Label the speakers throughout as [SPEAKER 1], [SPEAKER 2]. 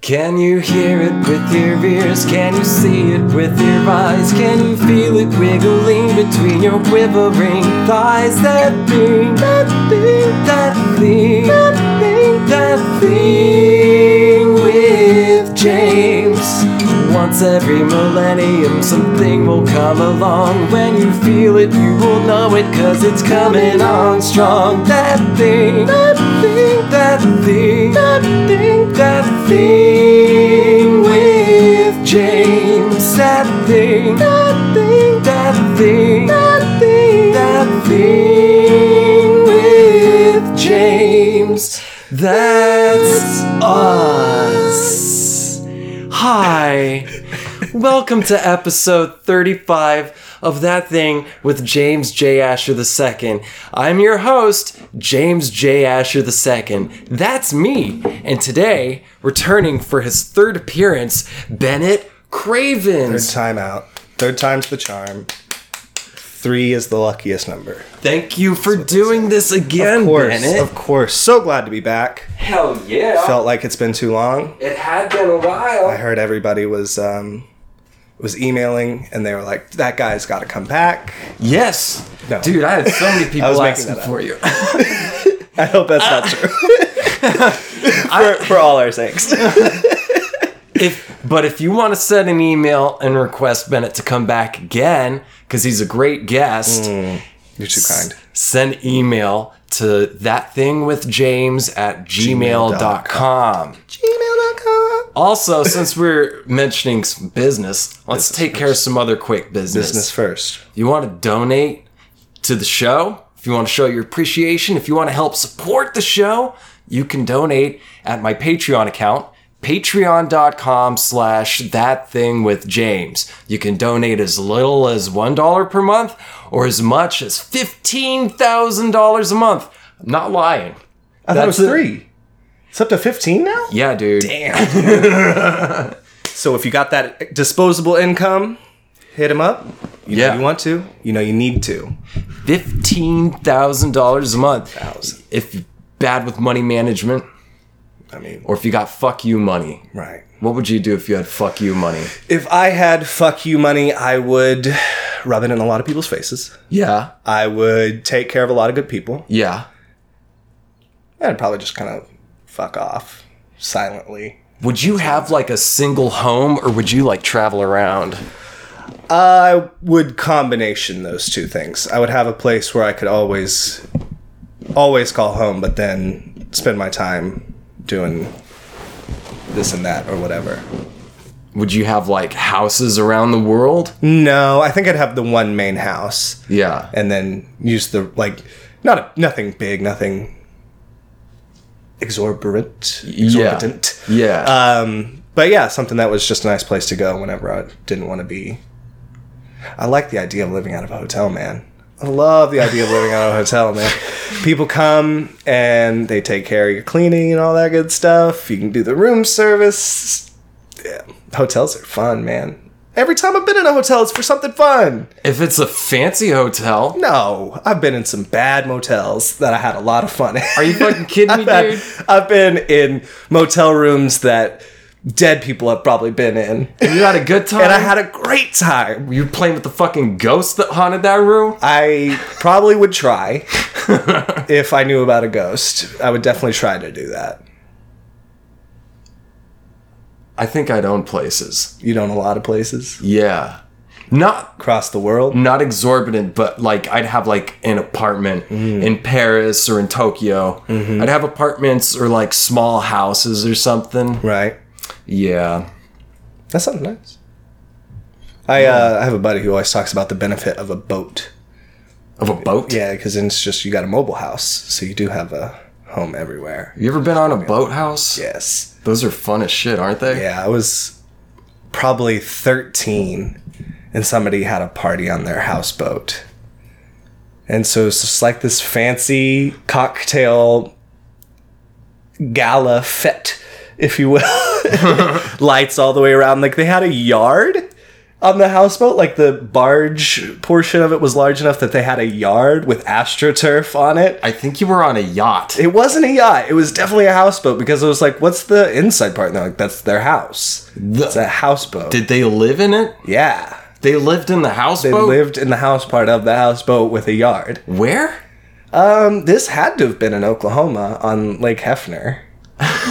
[SPEAKER 1] Can you hear it with your ears? Can you see it with your eyes? Can you feel it wiggling between your quivering thighs? That thing, that thing, that thing, that thing, that thing with James. Once every millennium, something will come along. When you feel it, you will know it, cause it's coming on strong. That thing, that thing, that thing, that thing, that thing with James. That thing, that thing, that thing, that thing, that thing with James. That's us. Hi. Welcome to episode 35 of That Thing with James J. Asher II. I'm your host, James J. Asher II. That's me. And today, returning for his third appearance, Bennett
[SPEAKER 2] Third
[SPEAKER 1] Cravens.
[SPEAKER 2] time out. Third time's the charm. Three is the luckiest number.
[SPEAKER 1] Thank you for doing this again,
[SPEAKER 2] Of course,
[SPEAKER 1] Bennett.
[SPEAKER 2] of course. So glad to be back.
[SPEAKER 1] Hell yeah.
[SPEAKER 2] Felt like it's been too long.
[SPEAKER 1] it had been a while.
[SPEAKER 2] I heard everybody was um, was emailing, and they were like, "That guy's got to come back."
[SPEAKER 1] yes.
[SPEAKER 2] No.
[SPEAKER 1] Dude, I had so many people
[SPEAKER 2] was making
[SPEAKER 1] asking
[SPEAKER 2] that up.
[SPEAKER 1] for you.
[SPEAKER 2] I hope that's not true. for, for all our sakes.
[SPEAKER 1] if but if you want to send an email and request Bennett to come back again because he's a great guest,
[SPEAKER 2] You're too Mm, kind.
[SPEAKER 1] send email to that thing with James at gmail.com.
[SPEAKER 2] Gmail.com.
[SPEAKER 1] Also, since we're mentioning some business, let's take care of some other quick business.
[SPEAKER 2] Business first.
[SPEAKER 1] You want to donate to the show? If you want to show your appreciation, if you want to help support the show, you can donate at my Patreon account, patreon.com slash that thing with James. You can donate as little as $1 per month or as much as $15,000 a month. I'm not lying.
[SPEAKER 2] I thought it was
[SPEAKER 1] That's it.
[SPEAKER 2] three. It's up to fifteen now.
[SPEAKER 1] Yeah, dude.
[SPEAKER 2] Damn. so if you got that disposable income, hit him up. You
[SPEAKER 1] Yeah.
[SPEAKER 2] know you want to. You know you need to.
[SPEAKER 1] $15,000 a month.
[SPEAKER 2] Thousand.
[SPEAKER 1] If you're bad with money management
[SPEAKER 2] I mean,
[SPEAKER 1] or if you got fuck you money.
[SPEAKER 2] right.
[SPEAKER 1] What would you do if you had fuck you money?
[SPEAKER 2] If I had fuck you money, I would rub it in a lot of people's faces.
[SPEAKER 1] Yeah.
[SPEAKER 2] I would take care of a lot of good people.
[SPEAKER 1] Yeah.
[SPEAKER 2] I'd probably just kind of fuck off silently.
[SPEAKER 1] Would you have like a single home or would you like travel around?
[SPEAKER 2] I would combination those two things. I would have a place where I could always always call home, but then spend my time doing this and that or whatever.
[SPEAKER 1] Would you have like houses around the world?
[SPEAKER 2] No, I think I'd have the one main house
[SPEAKER 1] Yeah.
[SPEAKER 2] and then use the like not a, nothing big, nothing exorbitant, exorbitant.
[SPEAKER 1] Yeah.
[SPEAKER 2] Um, but yeah, something that was just a nice place to go whenever I didn't want to be. I like the idea of living out of a hotel, man. I love the idea of living out of a hotel, man. People come and they take care of your cleaning and all that good stuff. You can do the room service. Yeah. Hotels are fun, man. Every time I've been in a hotel, it's for something fun.
[SPEAKER 1] if it's a fancy hotel.
[SPEAKER 2] No, I've been in some bad motels that I had a lot of fun in.
[SPEAKER 1] Are you fucking kidding me,
[SPEAKER 2] I've, had-
[SPEAKER 1] dude?
[SPEAKER 2] I've been in motel rooms that dead people have probably been in.
[SPEAKER 1] You had a good time.
[SPEAKER 2] And I had a great time.
[SPEAKER 1] you playing with the fucking ghost that haunted that room?
[SPEAKER 2] I probably would try if I knew about a ghost. I would definitely try to do that.
[SPEAKER 1] I think I'd own places.
[SPEAKER 2] You know, in a lot of places
[SPEAKER 1] Yeah. Not
[SPEAKER 2] across the world.
[SPEAKER 1] not exorbitant, but like I'd have like an apartment
[SPEAKER 2] Mm.
[SPEAKER 1] in Paris or in Tokyo.
[SPEAKER 2] Mm-hmm.
[SPEAKER 1] I'd have apartments or like small houses or something.
[SPEAKER 2] Right.
[SPEAKER 1] Yeah.
[SPEAKER 2] That sounds nice. I, uh, I have a buddy who always talks about the benefit of a boat.
[SPEAKER 1] Of a boat?
[SPEAKER 2] Yeah, because then it's just you got a mobile house, so you do have a home everywhere.
[SPEAKER 1] You ever been on a boathouse?
[SPEAKER 2] Yes.
[SPEAKER 1] Those are fun as shit, aren't they?
[SPEAKER 2] Yeah, I was probably 13 and somebody had a party on their houseboat. And so it's just like this fancy cocktail gala fete, if you will. Lights all the way around. Like they had a yard on the houseboat, like the barge portion of it was large enough that they had a yard with astroturf on it.
[SPEAKER 1] I think you were on a yacht.
[SPEAKER 2] It wasn't a yacht. It was definitely a houseboat because it was like, what's the inside part? And they're like, that's their house.
[SPEAKER 1] The-
[SPEAKER 2] It's a houseboat.
[SPEAKER 1] Did they live in it?
[SPEAKER 2] yeah.
[SPEAKER 1] They lived in the
[SPEAKER 2] They
[SPEAKER 1] houseboat.
[SPEAKER 2] lived in the house part of the houseboat with a yard.
[SPEAKER 1] Where?
[SPEAKER 2] Um, this had to have been in Oklahoma on Lake Hefner.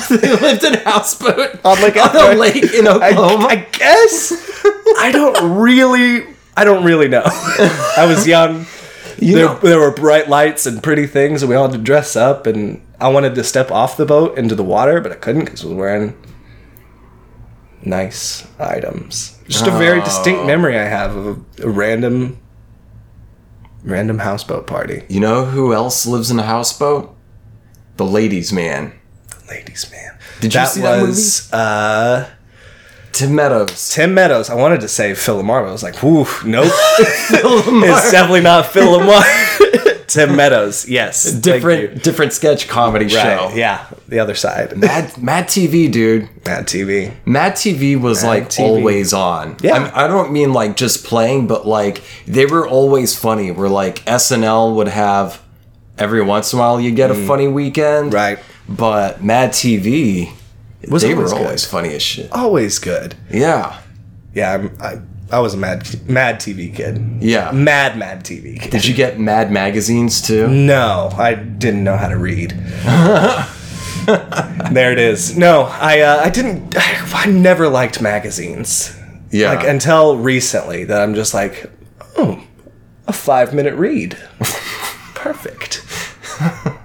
[SPEAKER 1] they lived in a houseboat
[SPEAKER 2] On Lake
[SPEAKER 1] on
[SPEAKER 2] Hefner.
[SPEAKER 1] a lake in
[SPEAKER 2] I,
[SPEAKER 1] Oklahoma.
[SPEAKER 2] I guess. Oh I don't really. I don't really know. I was young.
[SPEAKER 1] you
[SPEAKER 2] there,
[SPEAKER 1] know,
[SPEAKER 2] there were bright lights and pretty things, and we all had to dress up. And I wanted to step off the boat into the water, but I couldn't because I was wearing nice items. Just a very
[SPEAKER 1] Oh.
[SPEAKER 2] distinct memory I have of a, a random, random houseboat party.
[SPEAKER 1] you know who else lives in a houseboat? The ladies' man.
[SPEAKER 2] Ladies, man,
[SPEAKER 1] Did you see that
[SPEAKER 2] was uh,
[SPEAKER 1] Tim Meadows.
[SPEAKER 2] Tim Meadows. I wanted to say Phil Lamar, but I was like, whoo, nope, it's
[SPEAKER 1] It's
[SPEAKER 2] definitely not Phil Lamar. Tim Meadows, yes, thank you.
[SPEAKER 1] different, different sketch comedy show.
[SPEAKER 2] Right, yeah, the other side,
[SPEAKER 1] Mad, Mad TV, dude.
[SPEAKER 2] Mad TV.
[SPEAKER 1] Mad TV was like
[SPEAKER 2] TV.
[SPEAKER 1] always on.
[SPEAKER 2] Yeah.
[SPEAKER 1] I'm- I, don't mean like just playing, but like they were always funny. Where like SNL would have every once in a while you get a funny weekend,
[SPEAKER 2] Mm. Right.
[SPEAKER 1] But Mad TV,
[SPEAKER 2] Was
[SPEAKER 1] they
[SPEAKER 2] always
[SPEAKER 1] were
[SPEAKER 2] good.
[SPEAKER 1] always funny as shit.
[SPEAKER 2] always good.
[SPEAKER 1] Yeah,
[SPEAKER 2] Yeah, I'm, I I was a mad mad TV kid.
[SPEAKER 1] yeah.
[SPEAKER 2] Mad mad TV kid.
[SPEAKER 1] Did you get Mad magazines
[SPEAKER 2] Mm.
[SPEAKER 1] too?
[SPEAKER 2] No, I didn't know how to read. there it is. No, I uh, I didn't. I never liked magazines.
[SPEAKER 1] Yeah.
[SPEAKER 2] Like until recently, that I'm just like, oh, a five minute read. Perfect.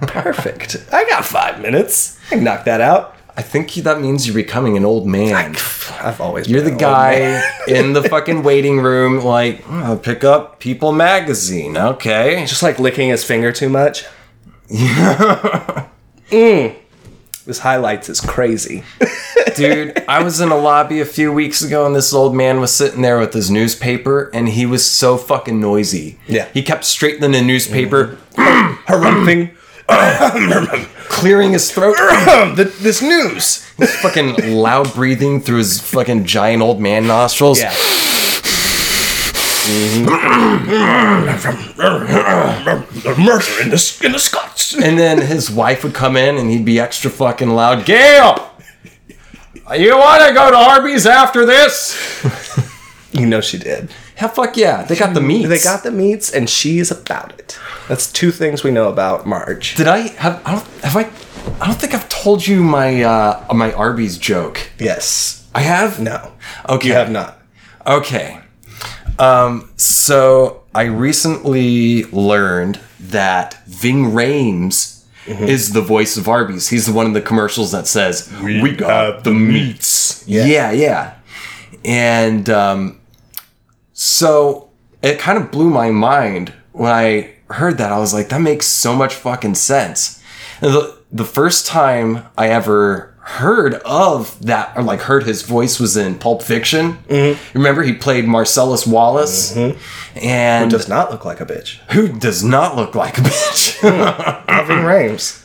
[SPEAKER 2] Perfect. I got five minutes. I can knock that out.
[SPEAKER 1] I think that means you're becoming an old man.
[SPEAKER 2] I've always
[SPEAKER 1] You're
[SPEAKER 2] been an
[SPEAKER 1] the
[SPEAKER 2] old man.
[SPEAKER 1] guy in the fucking waiting room, like "Oh, pick up People magazine. Okay,
[SPEAKER 2] just like licking his finger too much. Yeah. Mm. This highlights is crazy.
[SPEAKER 1] Dude, I was in a lobby a few weeks ago and this old man was sitting there with his newspaper and he was so fucking noisy.
[SPEAKER 2] Yeah.
[SPEAKER 1] He kept straightening the newspaper,
[SPEAKER 2] Harrumping.
[SPEAKER 1] clearing his throat,
[SPEAKER 2] the, this news.
[SPEAKER 1] fucking loud breathing through his fucking giant old man nostrils.
[SPEAKER 2] Yeah.
[SPEAKER 1] Mm-hmm.
[SPEAKER 2] the murder in the, in the Scots.
[SPEAKER 1] And then his wife would come in and he'd be extra fucking loud. Gail! You wanna go to Arby's after this?
[SPEAKER 2] You know she did.
[SPEAKER 1] Hell fuck yeah. They got the meats.
[SPEAKER 2] They got the meats, and she's about it. That's two things we know about Marge.
[SPEAKER 1] Did I have I don't have I I don't think I've told you my uh my Arby's joke.
[SPEAKER 2] Yes.
[SPEAKER 1] I have?
[SPEAKER 2] No.
[SPEAKER 1] Okay.
[SPEAKER 2] You have not.
[SPEAKER 1] Okay. Um, so I recently learned that Ving Rhames is the voice of Arby's. He's the one in the commercials that says, We, got the meats. Yeah, yeah. And um, so it kind of blew my mind when I heard that. I was like, that makes so much fucking sense. And the, the first time I ever heard of that, or like heard his voice, was in Pulp Fiction. Remember, he played Marcellus Wallace. And
[SPEAKER 2] Does not look like a bitch.
[SPEAKER 1] who does not look like a bitch?
[SPEAKER 2] Having Rames.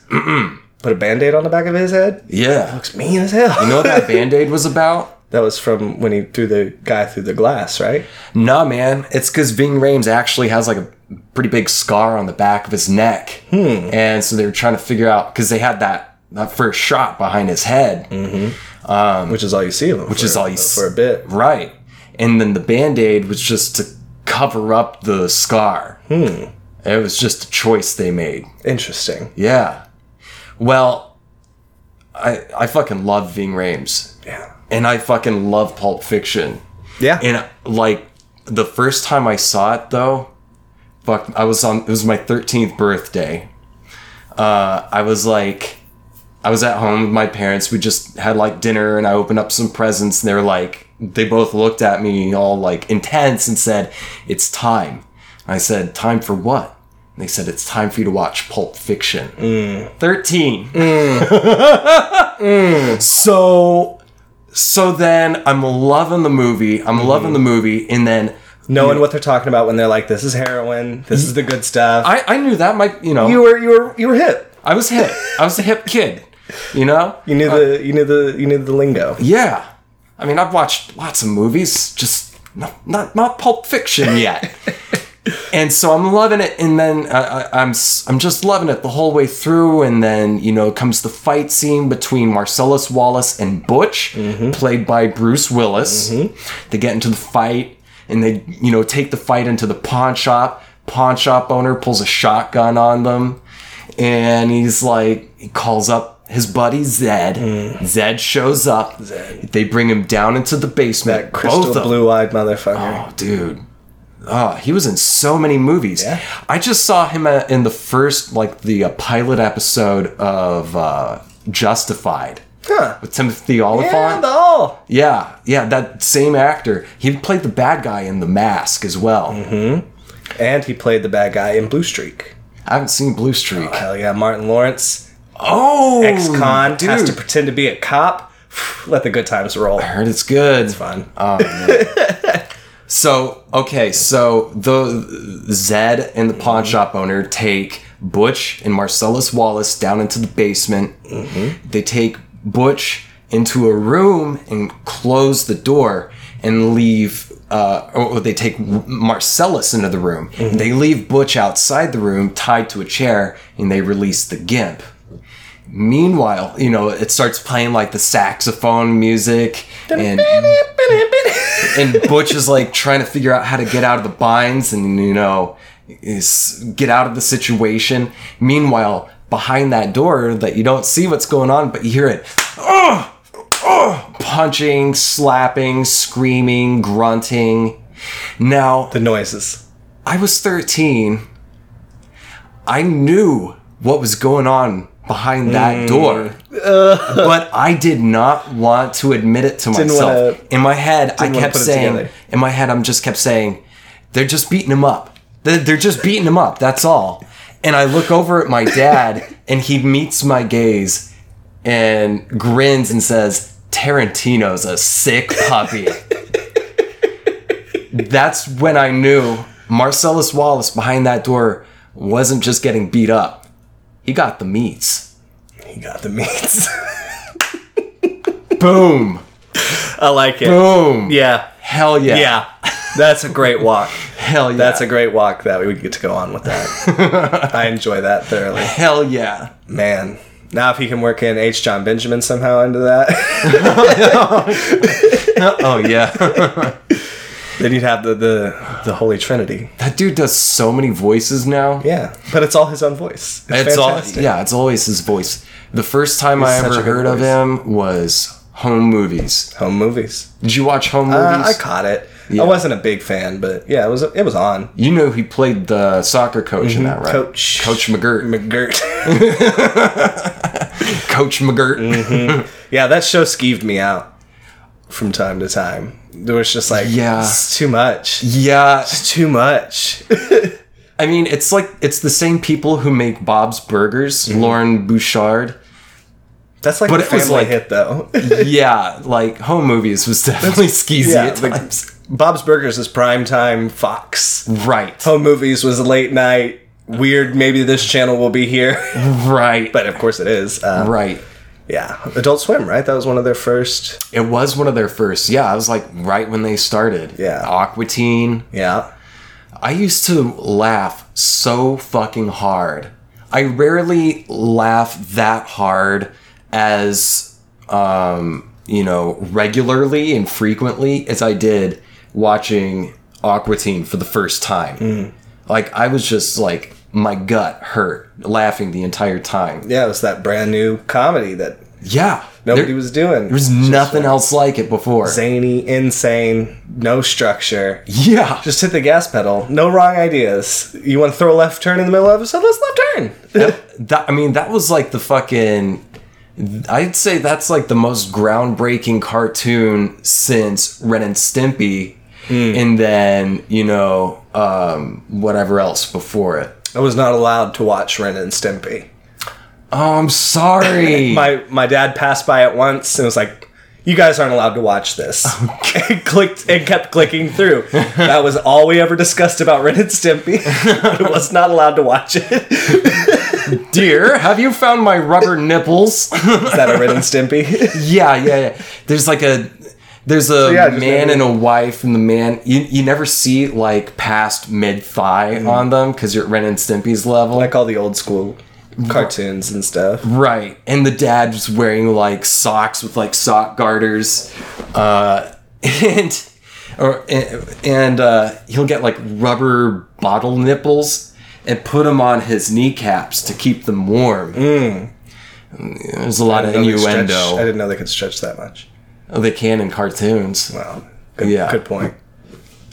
[SPEAKER 2] Put a band aid on the back of his head.
[SPEAKER 1] yeah.
[SPEAKER 2] Looks mean as hell.
[SPEAKER 1] You know what that band aid was about?
[SPEAKER 2] That was from when he threw the guy through the glass, right?
[SPEAKER 1] Nah, man. It's because Ving Rhames actually has like a pretty big scar on the back of his neck, and so they were trying to figure out because they had that that first shot behind his head,
[SPEAKER 2] Which is all you see of him. Which
[SPEAKER 1] Um, is all you s-
[SPEAKER 2] for a bit.
[SPEAKER 1] right? And then the band aid was just to cover up the scar. It was just a choice they made.
[SPEAKER 2] Interesting.
[SPEAKER 1] Yeah. Well, I I fucking love Ving Rhames,
[SPEAKER 2] Yeah.
[SPEAKER 1] and I fucking love Pulp Fiction.
[SPEAKER 2] Yeah.
[SPEAKER 1] And like the first time I saw it though, fuck, I was on. It was my thirteenth birthday. Uh, I was like, I was at home with my parents. We just had like dinner, and I opened up some presents, and they were like, they both looked at me all like intense and said, "It's time." And I said, "Time for what?" And they said, "It's time for you to watch Pulp Fiction." Thirteen. So so then I'm loving the movie. I'm
[SPEAKER 2] Mm-hmm.
[SPEAKER 1] loving the movie, and then
[SPEAKER 2] Knowing what they're talking about when they're like, "This is heroin. This is the good stuff."
[SPEAKER 1] I, I knew that might you know
[SPEAKER 2] you were you were you were hip.
[SPEAKER 1] I was hip. I was a hip kid. You know?
[SPEAKER 2] You knew the you knew the you knew the lingo.
[SPEAKER 1] Yeah. I mean I've watched lots of movies, just no, not my Pulp Fiction yet. and so I'm loving it, and then I, I, I'm s- I'm just loving it the whole way through, and then you know comes the fight scene between Marcellus Wallace and Butch,
[SPEAKER 2] Mm-hmm.
[SPEAKER 1] played by Bruce Willis. They get into the fight, and they you know take the fight into the pawn shop. Pawn shop owner pulls a shotgun on them, and he's like he calls up his buddy Zed.
[SPEAKER 2] Mm.
[SPEAKER 1] Zed shows up. Zed. They bring him down into the basement.
[SPEAKER 2] That crystal
[SPEAKER 1] Both of-
[SPEAKER 2] blue eyed motherfucker.
[SPEAKER 1] Oh, dude. Oh, he was in so many movies.
[SPEAKER 2] Yeah.
[SPEAKER 1] I just saw him uh, in the first, like, the uh, pilot episode of uh, Justified
[SPEAKER 2] Huh.
[SPEAKER 1] with Timothy
[SPEAKER 2] Yeah,
[SPEAKER 1] Oliphant.
[SPEAKER 2] the all.
[SPEAKER 1] Yeah, yeah, that same actor. He played the bad guy in The Mask as well.
[SPEAKER 2] Mm-hmm. And he played the bad guy in Blue Streak.
[SPEAKER 1] I haven't seen Blue Streak.
[SPEAKER 2] Hell yeah, Martin Lawrence,
[SPEAKER 1] Oh,
[SPEAKER 2] ex con,
[SPEAKER 1] dude.
[SPEAKER 2] has to pretend to be a cop. Let the good times roll.
[SPEAKER 1] I heard it's good.
[SPEAKER 2] Fun.
[SPEAKER 1] So okay, so the Zed and the pawn shop owner take Butch and Marcellus Wallace down into the basement. They take Butch into a room and close the door and leave. Uh, or they take Marcellus into the room. They leave Butch outside the room, tied to a chair, and they release the gimp. Meanwhile, you know, it starts playing like the saxophone music and and Butch is like trying to figure out how to get out of the binds and you know is get out of the situation. Meanwhile, behind that door that you don't see what's going on, but you hear it. "Ugh! Ugh!" punching, slapping, screaming, grunting. Now,
[SPEAKER 2] the noises.
[SPEAKER 1] I was 13. I knew what was going on behind that door. but I did not want to admit it to
[SPEAKER 2] wanna-
[SPEAKER 1] myself. in my head, I
[SPEAKER 2] wanna
[SPEAKER 1] kept
[SPEAKER 2] put it
[SPEAKER 1] saying,
[SPEAKER 2] together.
[SPEAKER 1] in my head, I'm just kept saying, they're just beating him up. They're, they're just beating him up. That's all. And I look over at my dad, and he meets my gaze and grins and says, Tarantino's a sick puppy. That's when I knew Marcellus Wallace behind that door wasn't just getting beat up. He got the meats.
[SPEAKER 2] He got the meats.
[SPEAKER 1] Boom.
[SPEAKER 2] I like it.
[SPEAKER 1] Boom.
[SPEAKER 2] Yeah.
[SPEAKER 1] Hell yeah.
[SPEAKER 2] Yeah. That's a great walk.
[SPEAKER 1] Hell yeah.
[SPEAKER 2] That's a great walk that we get to go on with that. I enjoy that thoroughly.
[SPEAKER 1] hell yeah.
[SPEAKER 2] Man. Now if you can work in H. John Benjamin somehow into that,
[SPEAKER 1] Oh yeah.
[SPEAKER 2] then you'd have the, the, the Holy Trinity.
[SPEAKER 1] that dude does so many voices now.
[SPEAKER 2] Yeah. But it's all his own voice. It's,
[SPEAKER 1] It's all
[SPEAKER 2] fantastic.
[SPEAKER 1] yeah, it's always his voice. The first time I
[SPEAKER 2] such
[SPEAKER 1] ever
[SPEAKER 2] a good
[SPEAKER 1] heard of
[SPEAKER 2] voice.
[SPEAKER 1] him was Home Movies.
[SPEAKER 2] Home movies.
[SPEAKER 1] Did you watch Home
[SPEAKER 2] Uh, I
[SPEAKER 1] Movies?
[SPEAKER 2] caught it.
[SPEAKER 1] Yeah.
[SPEAKER 2] I wasn't a big fan, but yeah, it was it was on.
[SPEAKER 1] you know he played the soccer coach
[SPEAKER 2] Mm-hmm.
[SPEAKER 1] in that, right?
[SPEAKER 2] Coach
[SPEAKER 1] Coach McGirt.
[SPEAKER 2] McGirt.
[SPEAKER 1] Coach McGirt.
[SPEAKER 2] Mm-hmm. yeah, that show skeeved me out from time to time. There was just like
[SPEAKER 1] Yeah.
[SPEAKER 2] it's too much.
[SPEAKER 1] Yeah,
[SPEAKER 2] It's too much.
[SPEAKER 1] I mean, it's like it's the same people who make Bob's Burgers,
[SPEAKER 2] Mm-hmm.
[SPEAKER 1] Lauren Bouchard.
[SPEAKER 2] That's like
[SPEAKER 1] But
[SPEAKER 2] a
[SPEAKER 1] it was
[SPEAKER 2] family
[SPEAKER 1] like-
[SPEAKER 2] hit though.
[SPEAKER 1] yeah, like home movies was definitely skeezy
[SPEAKER 2] yeah,
[SPEAKER 1] at
[SPEAKER 2] the-
[SPEAKER 1] times.
[SPEAKER 2] Bob's Burgers is prime time Fox.
[SPEAKER 1] right,
[SPEAKER 2] Home movies was late night. Weird. Maybe this channel will be here,
[SPEAKER 1] right,
[SPEAKER 2] but of course it is. Uh,
[SPEAKER 1] right.
[SPEAKER 2] Yeah, Adult Swim, right? That was one of their first.
[SPEAKER 1] It was one of their first. Yeah, I was like right when they started.
[SPEAKER 2] Yeah.
[SPEAKER 1] Aquatine.
[SPEAKER 2] Yeah,
[SPEAKER 1] I used to laugh so fucking hard. I rarely laugh that hard as um, you know, regularly and frequently as I did watching Aquatine for the first time. Like I was just like my gut hurt laughing the entire time.
[SPEAKER 2] yeah, it was that brand new comedy that
[SPEAKER 1] Yeah.
[SPEAKER 2] nobody
[SPEAKER 1] there,
[SPEAKER 2] was doing.
[SPEAKER 1] there was nothing else like it before.
[SPEAKER 2] zany, insane, no structure.
[SPEAKER 1] Yeah.
[SPEAKER 2] Just hit the gas pedal. No wrong ideas. You want to throw a left turn in the middle of episode? Let's left turn.
[SPEAKER 1] that, that- I mean, that was like the fucking. I'd say that's like the most groundbreaking cartoon since Ren and Stimpy,
[SPEAKER 2] Hmm.
[SPEAKER 1] and then you know um, whatever else before it.
[SPEAKER 2] I was not allowed to watch Ren and Stimpy.
[SPEAKER 1] Oh, I'm sorry.
[SPEAKER 2] My my dad passed by at once and was like, "You guys aren't allowed to watch this." And clicked and kept clicking through. that was all we ever discussed about Ren and Stimpy. I was not allowed to watch it. Is
[SPEAKER 1] Dear, have you found my rubber nipples?
[SPEAKER 2] that a Ren and Stimpy?
[SPEAKER 1] yeah, yeah, yeah. There's like a There's a
[SPEAKER 2] yeah, just
[SPEAKER 1] man
[SPEAKER 2] never-
[SPEAKER 1] and a wife, and the man you, you never see like past mid thigh
[SPEAKER 2] Hmm.
[SPEAKER 1] on them because you're at Ren and Stimpy's level,
[SPEAKER 2] like all the old school cartoons and stuff.
[SPEAKER 1] right? And the dad was wearing like socks with like sock garters, uh, and or and uh, he'll get like rubber bottle nipples and put them on his kneecaps to keep them warm. There's a lot of
[SPEAKER 2] I didn't know they could
[SPEAKER 1] innuendo.
[SPEAKER 2] stretch- I didn't know they could stretch that much.
[SPEAKER 1] Oh, they can in cartoons.
[SPEAKER 2] Wow. Good,
[SPEAKER 1] Yeah.
[SPEAKER 2] good point.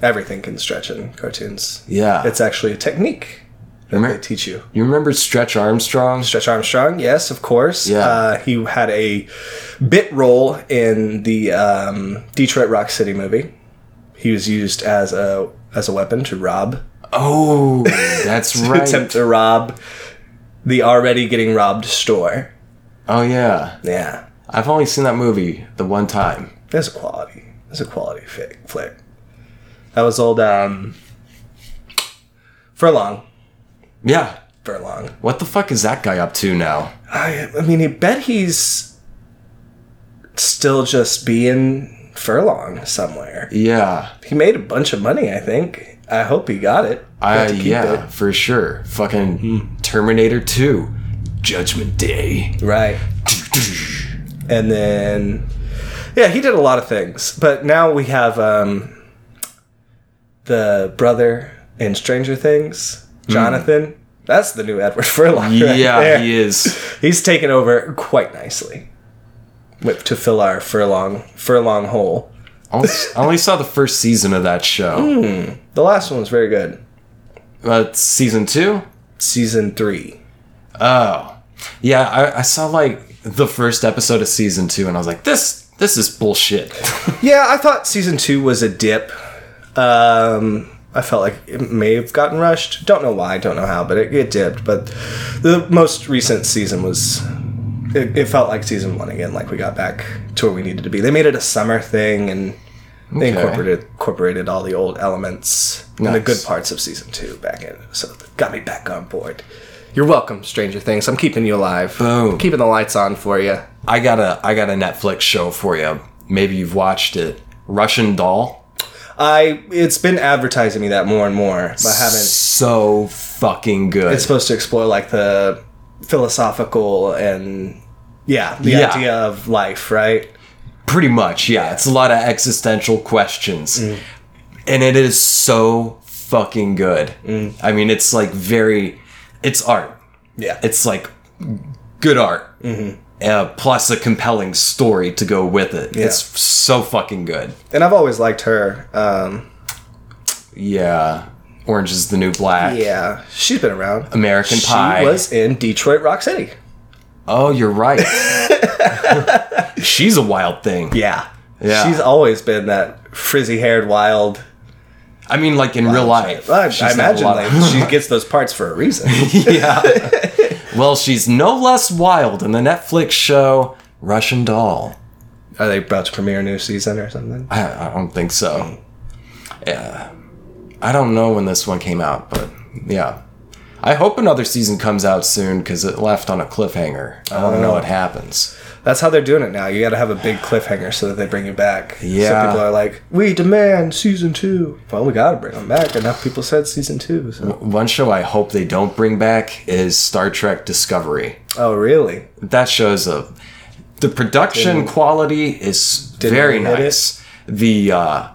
[SPEAKER 2] Everything can stretch in cartoons.
[SPEAKER 1] Yeah.
[SPEAKER 2] It's actually a technique that
[SPEAKER 1] Remem-
[SPEAKER 2] they teach you.
[SPEAKER 1] you remember Stretch Armstrong?
[SPEAKER 2] Stretch Armstrong, yes, of course.
[SPEAKER 1] Yeah.
[SPEAKER 2] Uh, he had a bit role in the um, Detroit Rock City movie. He was used as a as a weapon to rob,
[SPEAKER 1] Oh, that's
[SPEAKER 2] to
[SPEAKER 1] right.
[SPEAKER 2] attempt to rob the already getting robbed store.
[SPEAKER 1] Oh, yeah.
[SPEAKER 2] Yeah,
[SPEAKER 1] I've only seen that movie the one time.
[SPEAKER 2] there's a quality. There's a quality fi- flick. That was old um, Furlong.
[SPEAKER 1] Yeah.
[SPEAKER 2] Furlong.
[SPEAKER 1] What the fuck is that guy up to now?
[SPEAKER 2] I, I mean, I bet he's still just being Furlong somewhere.
[SPEAKER 1] Yeah.
[SPEAKER 2] He made a bunch of money, I think. I hope he got it.
[SPEAKER 1] I,
[SPEAKER 2] Got to keep
[SPEAKER 1] Uh,
[SPEAKER 2] Hmm.
[SPEAKER 1] yeah, for sure. Fucking Terminator 2. Judgment Day.
[SPEAKER 2] it. Right. And then yeah, he did a lot of things. But now we have um the brother in Stranger Things, Jonathan. That's the new Edward Furlong. right
[SPEAKER 1] Hmm. yeah,
[SPEAKER 2] there.
[SPEAKER 1] he is.
[SPEAKER 2] He's taken over quite nicely. With, to fill our furlong furlong hole.
[SPEAKER 1] I only- I only saw the first season of that
[SPEAKER 2] Hmm.
[SPEAKER 1] show.
[SPEAKER 2] The last one was very good.
[SPEAKER 1] Uh, season two?
[SPEAKER 2] Season three.
[SPEAKER 1] Oh, yeah. I, I saw like the first episode of season two, and I was like, this this is bullshit.
[SPEAKER 2] Yeah, I thought season two was a dip. Um, I felt like it may have gotten rushed. Don't know why, don't know how, but it, it dipped. But the most recent season was. It, it felt like season one again, like we got back to where we needed to be. They made it a summer thing and they
[SPEAKER 1] Okay.
[SPEAKER 2] incorporated, incorporated all the old elements and the
[SPEAKER 1] Nice.
[SPEAKER 2] good parts of season two back in. So it got me back on board. You're welcome, Stranger Things. I'm keeping you alive.
[SPEAKER 1] Boom.
[SPEAKER 2] Keeping the lights on for you.
[SPEAKER 1] I got a I got a Netflix show for you. Maybe you've watched it. Russian Doll.
[SPEAKER 2] I it's been advertising me that more and more, but I haven't.
[SPEAKER 1] So fucking good.
[SPEAKER 2] It's supposed to explore like the philosophical and yeah, the
[SPEAKER 1] Yeah.
[SPEAKER 2] idea of life, right?
[SPEAKER 1] Pretty much, yeah. It's a lot of existential questions.
[SPEAKER 2] Mm.
[SPEAKER 1] And it is so fucking good.
[SPEAKER 2] Mm.
[SPEAKER 1] I mean, it's like very, it's art.
[SPEAKER 2] Yeah,
[SPEAKER 1] It's like good art.
[SPEAKER 2] Mm-hmm.
[SPEAKER 1] Uh, plus a compelling story to go with it. It's so fucking good.
[SPEAKER 2] and I've always liked her. Um,
[SPEAKER 1] Yeah. Orange is the New Black.
[SPEAKER 2] yeah, she's been around.
[SPEAKER 1] American
[SPEAKER 2] She
[SPEAKER 1] Pie.
[SPEAKER 2] was in Detroit Rock City.
[SPEAKER 1] oh, you're right. She's a wild thing.
[SPEAKER 2] Yeah,
[SPEAKER 1] Yeah.
[SPEAKER 2] she's always been that frizzy-haired wild.
[SPEAKER 1] I mean, like in real life.
[SPEAKER 2] I,
[SPEAKER 1] she's
[SPEAKER 2] I
[SPEAKER 1] had a
[SPEAKER 2] imagine
[SPEAKER 1] lot
[SPEAKER 2] like
[SPEAKER 1] of-
[SPEAKER 2] she gets those parts for a reason.
[SPEAKER 1] yeah. Well, she's no less wild in the Netflix show Russian Doll.
[SPEAKER 2] Are they about to premiere a new season or something?
[SPEAKER 1] I, I don't think so. Yeah. I don't know when this one came out, but yeah. I hope another season comes out soon because it left on a cliffhanger. I want to know what happens.
[SPEAKER 2] That's how they're doing it now. You got to have a big cliffhanger so that they bring you back.
[SPEAKER 1] Yeah.
[SPEAKER 2] So people are like, we demand season two. Well, we got to bring them back. Enough people said season two. So.
[SPEAKER 1] One show I hope they don't bring back is Star Trek Discovery.
[SPEAKER 2] Oh, really?
[SPEAKER 1] that shows a the production quality is very
[SPEAKER 2] really hit it.
[SPEAKER 1] nice. The uh,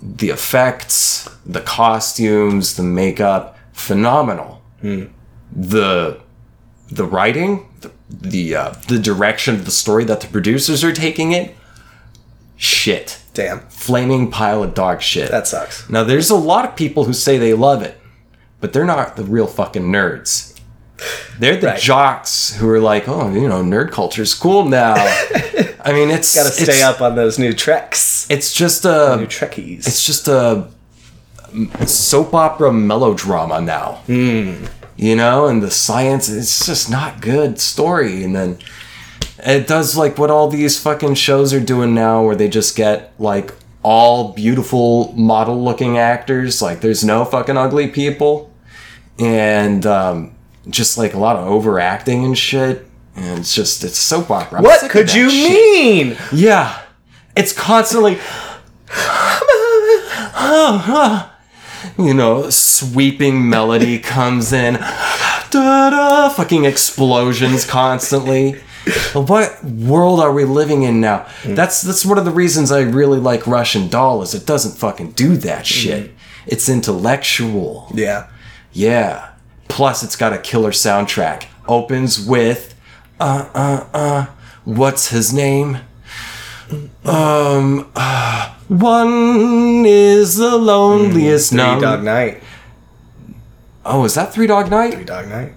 [SPEAKER 1] the effects, the costumes, the makeup, phenomenal.
[SPEAKER 2] Hmm.
[SPEAKER 1] The the writing, the the, uh, the direction of the story that the producers are taking it, shit,
[SPEAKER 2] Damn.
[SPEAKER 1] flaming pile of dog shit.
[SPEAKER 2] That sucks.
[SPEAKER 1] now there's a lot of people who say they love it, but they're not the real fucking nerds. They're the
[SPEAKER 2] Right.
[SPEAKER 1] jocks who are like, oh, you know, nerd culture's cool now. I mean, it's
[SPEAKER 2] Got to
[SPEAKER 1] it's,
[SPEAKER 2] stay up on those new treks.
[SPEAKER 1] It's just um,
[SPEAKER 2] New
[SPEAKER 1] a
[SPEAKER 2] trekkies.
[SPEAKER 1] it's just a soap opera melodrama now.
[SPEAKER 2] Hmm.
[SPEAKER 1] You know, and the science it's just not good story. And then it does like what all these fucking shows are doing now, where they just get like all beautiful model looking actors. Like there's no fucking ugly people, and um, just like a lot of overacting and shit. And it's just it's soap opera. I'm sick
[SPEAKER 2] what
[SPEAKER 1] of
[SPEAKER 2] could
[SPEAKER 1] that
[SPEAKER 2] you
[SPEAKER 1] shit.
[SPEAKER 2] mean?
[SPEAKER 1] Yeah. It's constantly, you know, sweeping melody comes in, da-da, fucking explosions constantly. What world are we living in now? That's that's one of the reasons I really like Russian Doll is it doesn't fucking do that shit. It's intellectual.
[SPEAKER 2] Yeah.
[SPEAKER 1] Yeah. Plus, it's got a killer soundtrack. Opens with, uh, uh, uh, what's his name? Um, uh, one is the loneliest
[SPEAKER 2] Mm-hmm. Three
[SPEAKER 1] numb-
[SPEAKER 2] Dog Night.
[SPEAKER 1] Oh, is that Three Dog Night?
[SPEAKER 2] Three Dog Night.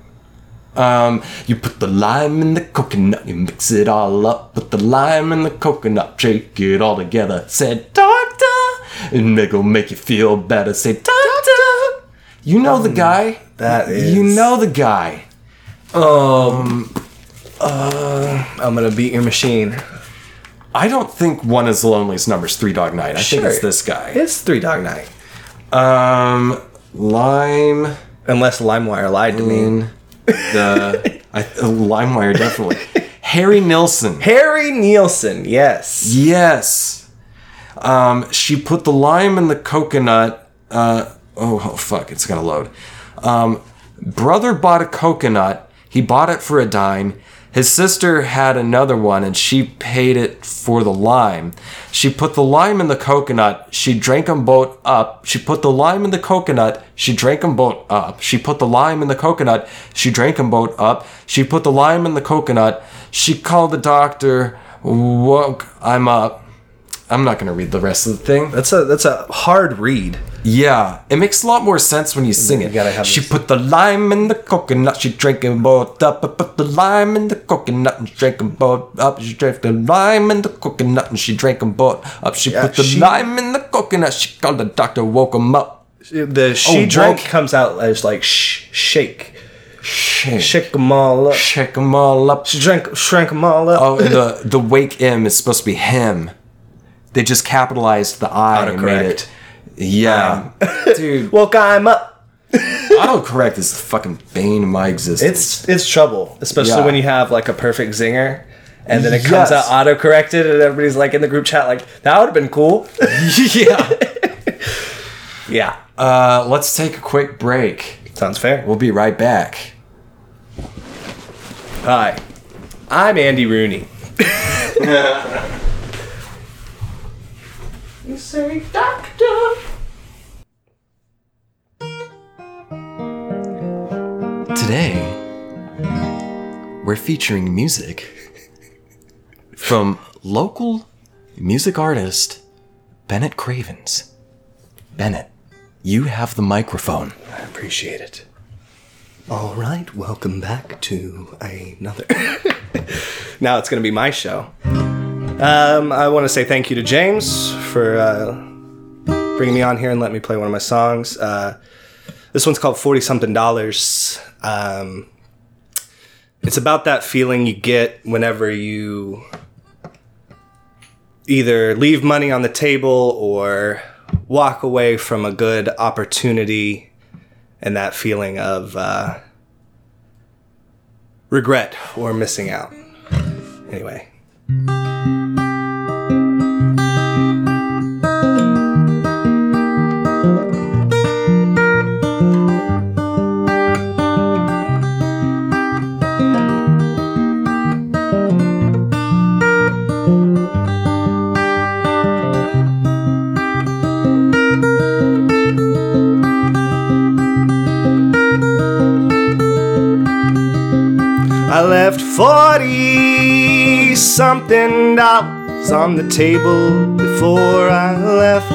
[SPEAKER 1] Um, you put the lime in the coconut, you mix it all up, put the lime in the coconut, shake it all together. Said doctor, and it'll make you feel better. Say doctor. You know the guy.
[SPEAKER 2] Mm. That is.
[SPEAKER 1] You know the guy. Um,
[SPEAKER 2] I'm gonna beat your machine.
[SPEAKER 1] I don't think one is the loneliest numbers three dog night. I think it's
[SPEAKER 2] Sure.
[SPEAKER 1] this guy.
[SPEAKER 2] It's Three Dog Night.
[SPEAKER 1] Um, lime
[SPEAKER 2] Unless LimeWire lied to me.
[SPEAKER 1] in the I, uh, LimeWire definitely. Harry Nilsson.
[SPEAKER 2] Harry Nielsen. Yes.
[SPEAKER 1] Yes. Um, she put the lime in the coconut. Uh, oh, oh, fuck, it's gonna load. Um, brother bought a coconut. He bought it for a dime. His sister had another one and she paid it for the lime. She put the lime in the coconut. She drank them both up. She put the lime in the coconut. She drank them both up. She put the lime in the coconut. She drank them both up. She put the lime in the coconut. She called the doctor woke I'm up. I'm not gonna read the rest of the thing.
[SPEAKER 2] That's a that's a hard read.
[SPEAKER 1] Yeah, it makes a lot more sense when you sing it.
[SPEAKER 2] You gotta have
[SPEAKER 1] she
[SPEAKER 2] this-
[SPEAKER 1] put the lime in the coconut. She drank it both up. I put the lime in the coconut and she drank them both up. She drank the lime in the coconut and she drank them both up. She put the
[SPEAKER 2] she-
[SPEAKER 1] lime in the coconut. She called the doctor, woke him up.
[SPEAKER 2] The she
[SPEAKER 1] Oh,
[SPEAKER 2] drank
[SPEAKER 1] woke.
[SPEAKER 2] comes out as like sh- shake,
[SPEAKER 1] Shake,
[SPEAKER 2] shake 'em all up.
[SPEAKER 1] shake 'em all up.
[SPEAKER 2] She drank, shrank 'em all up.
[SPEAKER 1] Oh, and the the wake M is supposed to be him. They just capitalized the I and made it. Yeah,
[SPEAKER 2] Um.
[SPEAKER 1] dude.
[SPEAKER 2] Woke I'm up.
[SPEAKER 1] Autocorrect is the fucking bane of my existence.
[SPEAKER 2] It's it's trouble, especially
[SPEAKER 1] Yeah.
[SPEAKER 2] when you have like a perfect zinger, and then it comes
[SPEAKER 1] Yes.
[SPEAKER 2] out auto corrected, and everybody's like in the group chat like that would have been cool.
[SPEAKER 1] yeah.
[SPEAKER 2] yeah,
[SPEAKER 1] Uh, let's take a quick break.
[SPEAKER 2] sounds fair.
[SPEAKER 1] We'll be right back.
[SPEAKER 2] Hi, I'm Andy Rooney.
[SPEAKER 1] You say doctor. Today, we're featuring music from local music artist Bennett Cravens. Bennett, you have the microphone.
[SPEAKER 2] I appreciate it. All right, welcome back to another. now it's going to be my show. Um, I want to say thank you to James for uh, bringing me on here and letting me play one of my songs. Uh, this one's called 40 something dollars. Um, it's about that feeling you get whenever you either leave money on the table or walk away from a good opportunity and that feeling of uh, regret or missing out. Anyway. I left 40 something dollars on the table before I left.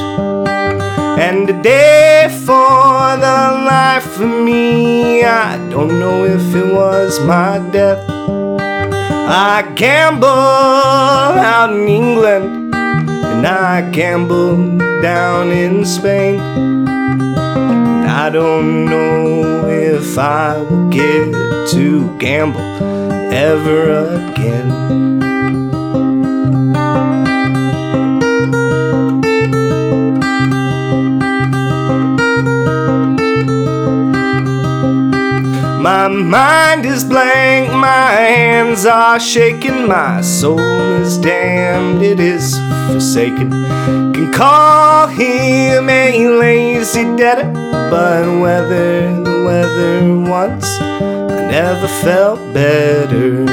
[SPEAKER 2] And today, for the life of me, I don't know if it was my death. I gamble out in England, and I gamble down in Spain. I don't know if I will get to gamble ever again. My mind is is blank, my hands are shaking, my soul is damned, it is forsaken. Can call him a lazy debtor, but whether the weather wants, I never felt better.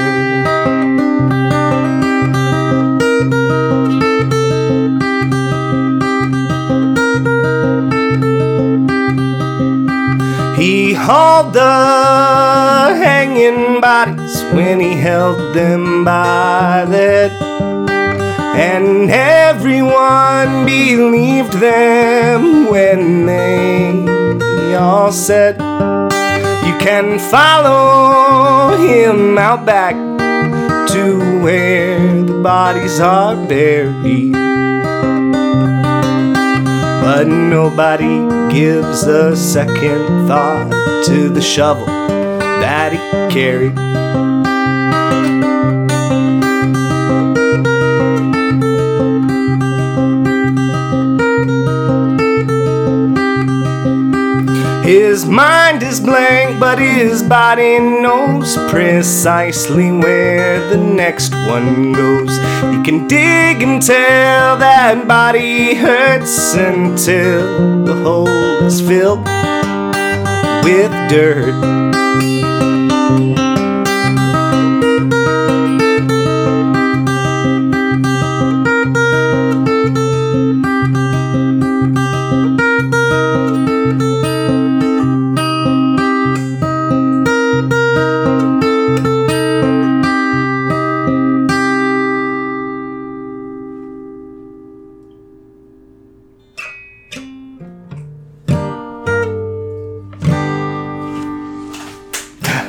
[SPEAKER 2] He hauled the hanging bodies when he held them by the head. And everyone believed them when they all said, You can follow him out back to where the bodies are buried. But nobody gives a second thought to the shovel that he carried. His mind is blank, but his body knows precisely where the next one goes. He can dig until that body hurts, until the hole is filled with dirt.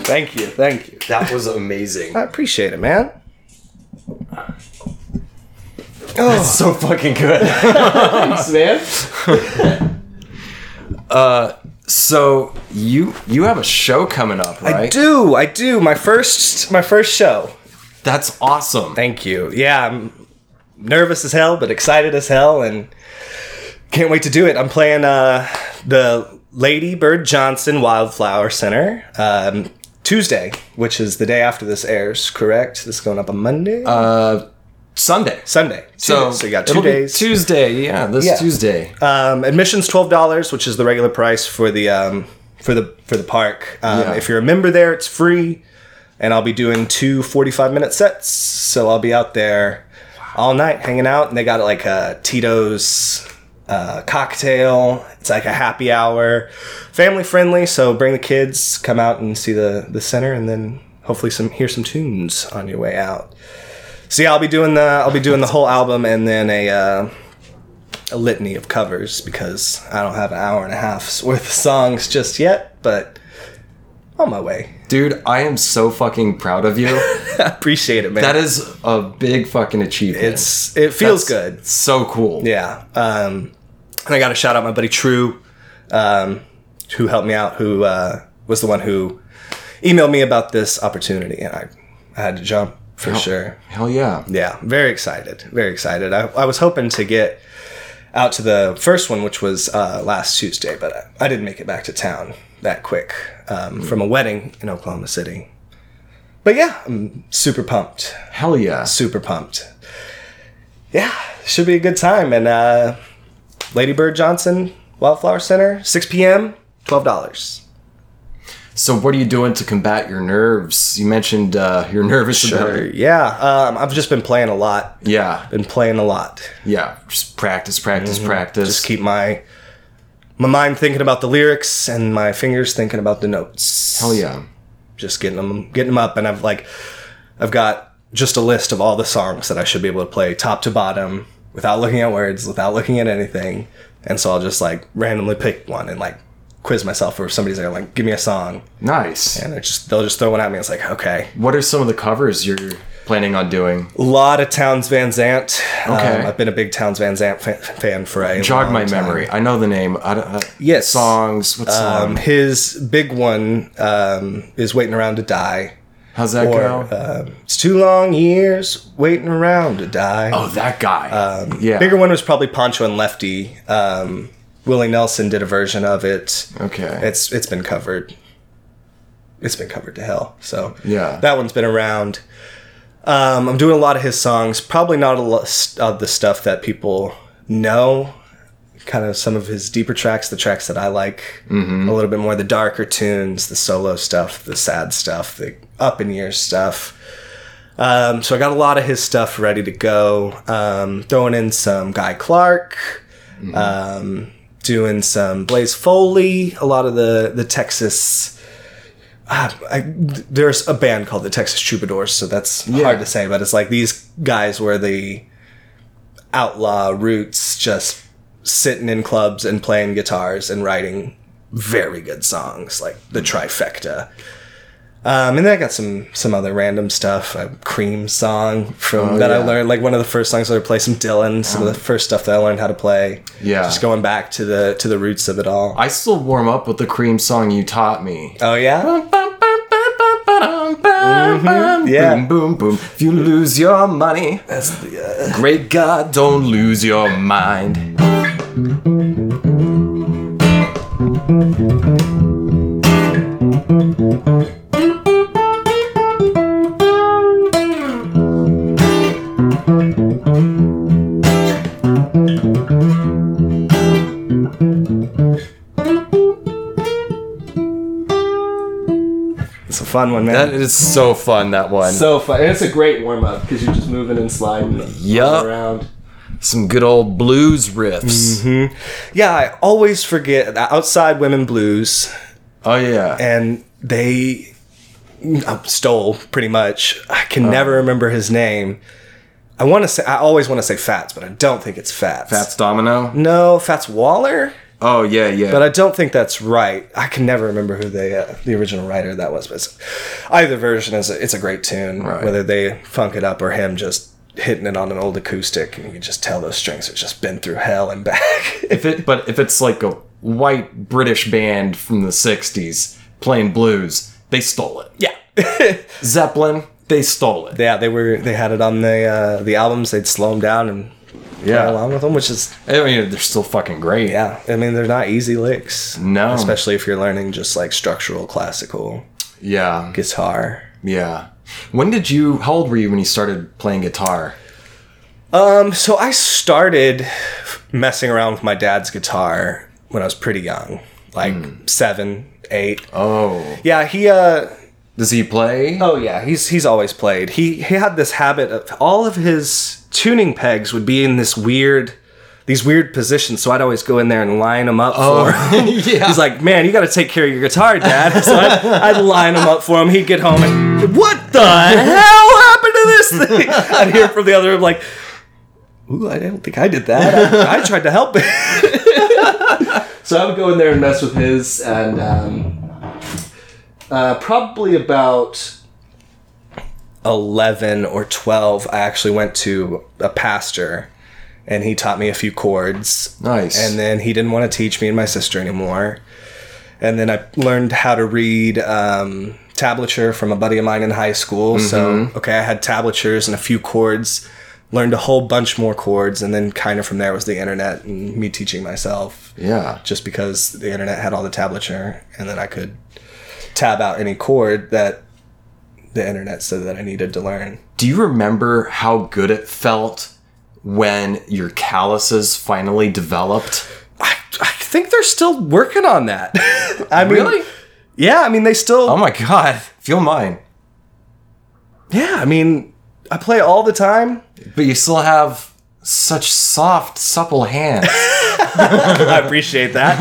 [SPEAKER 2] Thank you, thank you.
[SPEAKER 1] That was amazing.
[SPEAKER 2] I appreciate it, man. Oh.
[SPEAKER 1] so fucking good. Thanks, man. uh, so you you have a show coming up, right?
[SPEAKER 2] I do, I do. My first, my first show.
[SPEAKER 1] That's awesome.
[SPEAKER 2] Thank you. Yeah, I'm nervous as hell, but excited as hell, and can't wait to do it. I'm playing uh, the Lady Bird Johnson Wildflower Center um, Tuesday, which is the day after this airs. Correct? This is going up on Monday,
[SPEAKER 1] uh, Sunday.
[SPEAKER 2] Sunday.
[SPEAKER 1] So,
[SPEAKER 2] Tuesday. so you got two
[SPEAKER 1] it'll be
[SPEAKER 2] days.
[SPEAKER 1] Tuesday, yeah, this
[SPEAKER 2] Yeah.
[SPEAKER 1] Tuesday.
[SPEAKER 2] Um, admissions twelve dollars, which is the regular price for the um, for the for the park. Um,
[SPEAKER 1] Yeah.
[SPEAKER 2] If you're a member there, it's free, and I'll be doing two 45 minute sets. So I'll be out there all night hanging out, and they got like a Tito's uh, cocktail. It's like a happy hour, family friendly. So bring the kids, come out and see the the center, and then hopefully some hear some tunes on your way out. So yeah, I'll be doing the I'll be doing the whole album and then a uh, a litany of covers because I don't have an hour and a half's worth of songs just yet, but on my way.
[SPEAKER 1] Dude, I am so fucking proud of you.
[SPEAKER 2] Appreciate it, man.
[SPEAKER 1] that is a big fucking achievement.
[SPEAKER 2] it's it feels
[SPEAKER 1] That's
[SPEAKER 2] good.
[SPEAKER 1] So cool.
[SPEAKER 2] Yeah. Um, and I got to shout out my buddy True, um, who helped me out, who uh, was the one who emailed me about this opportunity, and I, I had to jump for sure.
[SPEAKER 1] Hell yeah.
[SPEAKER 2] Yeah, very excited. Very excited. I, I was hoping to get out to the first one, which was uh, last Tuesday, but I, I didn't make it back to town that quick um, from a wedding in Oklahoma City. But yeah, I'm super pumped.
[SPEAKER 1] Hell yeah.
[SPEAKER 2] Super pumped. Yeah, should be a good time. And uh, Lady Bird Johnson, Wildflower Center, 6 p.m., $12.
[SPEAKER 1] So what are you doing to combat your nerves? You mentioned uh, you're nervous about it.
[SPEAKER 2] Yeah, um, I've just been playing a lot.
[SPEAKER 1] Yeah.
[SPEAKER 2] Been playing a lot.
[SPEAKER 1] Yeah. Just practice, practice, practice.
[SPEAKER 2] Mm-hmm. just keep my my mind thinking about the lyrics and my fingers thinking about the notes.
[SPEAKER 1] Hell yeah.
[SPEAKER 2] Just getting them getting them up and I've like I've got just a list of all the songs that I should be able to play top to bottom without looking at words, without looking at anything. And so I'll just like randomly pick one and like quiz myself or somebody's there like give me a song
[SPEAKER 1] Nice.
[SPEAKER 2] and I just they'll just throw one at me. It's like okay,
[SPEAKER 1] What are some of the covers you're planning on doing?
[SPEAKER 2] a lot of Towns Van Zant. Um,
[SPEAKER 1] Okay.
[SPEAKER 2] I've been a big Towns Van Zant fan, fan for a
[SPEAKER 1] Jog
[SPEAKER 2] long
[SPEAKER 1] my
[SPEAKER 2] time.
[SPEAKER 1] memory. I know the name. I don't, uh,
[SPEAKER 2] Yes.
[SPEAKER 1] Songs. What song?
[SPEAKER 2] Um, his big one um, is waiting around to die.
[SPEAKER 1] How's that
[SPEAKER 2] Or
[SPEAKER 1] go?
[SPEAKER 2] um, it's two long years waiting around to die.
[SPEAKER 1] oh, that guy. yeah.
[SPEAKER 2] um, Bigger one was probably Poncho and Lefty. Um, Willie Nelson did a version of it.
[SPEAKER 1] Okay.
[SPEAKER 2] It's it's been covered. it's been covered to hell. So
[SPEAKER 1] Yeah.
[SPEAKER 2] that one's been around. Um, I'm doing a lot of his songs. Probably not a lot of the stuff that people know. Kind of some of his deeper tracks, the tracks that I like
[SPEAKER 1] Mm-hmm.
[SPEAKER 2] a little bit more, the darker tunes, the solo stuff, the sad stuff, the up in years stuff. Um, so I got a lot of his stuff ready to go. Um, throwing in some Guy Clark um, doing some Blaze Foley, a lot of the the Texas. Ah, I, there's a band called the Texas Troubadours, so that's hard to say, but it's like these guys were the outlaw roots, just sitting in clubs and playing guitars and writing very good songs, like the trifecta. Um, and then I got some some other random stuff, a Cream song from that I
[SPEAKER 1] yeah.
[SPEAKER 2] learned, like one of the first songs I played, some Dylan, some of the first stuff that I learned how to play
[SPEAKER 1] Yeah.
[SPEAKER 2] just going back to the to the roots of it all.
[SPEAKER 1] I still warm up with the cream song you taught me.
[SPEAKER 2] oh yeah, Mm-hmm. yeah.
[SPEAKER 1] Boom, boom, boom. If you lose your money,
[SPEAKER 2] that's the, uh,
[SPEAKER 1] great God, don't lose your mind.
[SPEAKER 2] it's a fun one,
[SPEAKER 1] That
[SPEAKER 2] man.
[SPEAKER 1] is so fun, that one.
[SPEAKER 2] so fun. And it's a great warm up because you're just moving and sliding
[SPEAKER 1] Yup.
[SPEAKER 2] around.
[SPEAKER 1] Some good old blues riffs.
[SPEAKER 2] Mm-hmm. Yeah, I always forget the outside women blues,
[SPEAKER 1] Oh, yeah.
[SPEAKER 2] and they uh, stole pretty much. I can
[SPEAKER 1] Uh-huh.
[SPEAKER 2] never remember his name. I want to say I always want to say Fats, but I don't think it's Fats.
[SPEAKER 1] Fats Domino.
[SPEAKER 2] No, Fats Waller.
[SPEAKER 1] Oh, yeah, yeah.
[SPEAKER 2] but I don't think that's right. I can never remember who the uh, the original writer that was, but it's, either version is a, it's a great tune.
[SPEAKER 1] Right.
[SPEAKER 2] Whether they funk it up or him just hitting it on an old acoustic, and you can just tell those strings have just been through hell and back.
[SPEAKER 1] if it but if it's like a white British band from the '60s playing blues, they stole it.
[SPEAKER 2] yeah,
[SPEAKER 1] Zeppelin, they stole it.
[SPEAKER 2] yeah, they were they had it on the uh, the albums. They'd slow them down and play along with them, which is
[SPEAKER 1] I mean they're still fucking great.
[SPEAKER 2] yeah. I mean, they're not easy licks.
[SPEAKER 1] No.
[SPEAKER 2] especially if you're learning just like structural classical
[SPEAKER 1] yeah,
[SPEAKER 2] guitar.
[SPEAKER 1] yeah. When did you? How old were you when you started playing guitar?
[SPEAKER 2] Um, so I started messing around with my dad's guitar when I was pretty young, like seven, eight.
[SPEAKER 1] Hmm. Oh,
[SPEAKER 2] Yeah, he. Uh,
[SPEAKER 1] does he play?
[SPEAKER 2] oh yeah, he's he's always played. He he had this habit of all of his tuning pegs would be in this weird, these weird positions. So I'd always go in there and line them up for him.
[SPEAKER 1] yeah.
[SPEAKER 2] He's like, man, you got to take care of your guitar, Dad. So I'd, I'd line him up for him. He'd get home and, what the hell happened to this thing? I'd hear from the other room like, ooh, I don't think I did that. I, I tried to help it. so I would go in there and mess with his, and um, uh, probably about. 11 or 12 i actually went to a pastor and he taught me a few chords
[SPEAKER 1] nice.
[SPEAKER 2] and then he didn't want to teach me and my sister anymore. And then I learned how to read um, tablature from a buddy of mine in high school. So, okay, I had tablatures and a few chords, learned a whole bunch more chords, and then kind of from there was the internet and me teaching myself
[SPEAKER 1] yeah,
[SPEAKER 2] just because the internet had all the tablature, and then I could tab out any chord that the internet said that I needed to learn.
[SPEAKER 1] Do you remember how good it felt when your calluses finally developed?
[SPEAKER 2] I, I think they're still working on that. I mean,
[SPEAKER 1] Really?
[SPEAKER 2] Yeah, I mean, they still.
[SPEAKER 1] Oh my god, feel mine.
[SPEAKER 2] Yeah, I mean, I play all the time.
[SPEAKER 1] But you still have such soft, supple hands.
[SPEAKER 2] I appreciate that.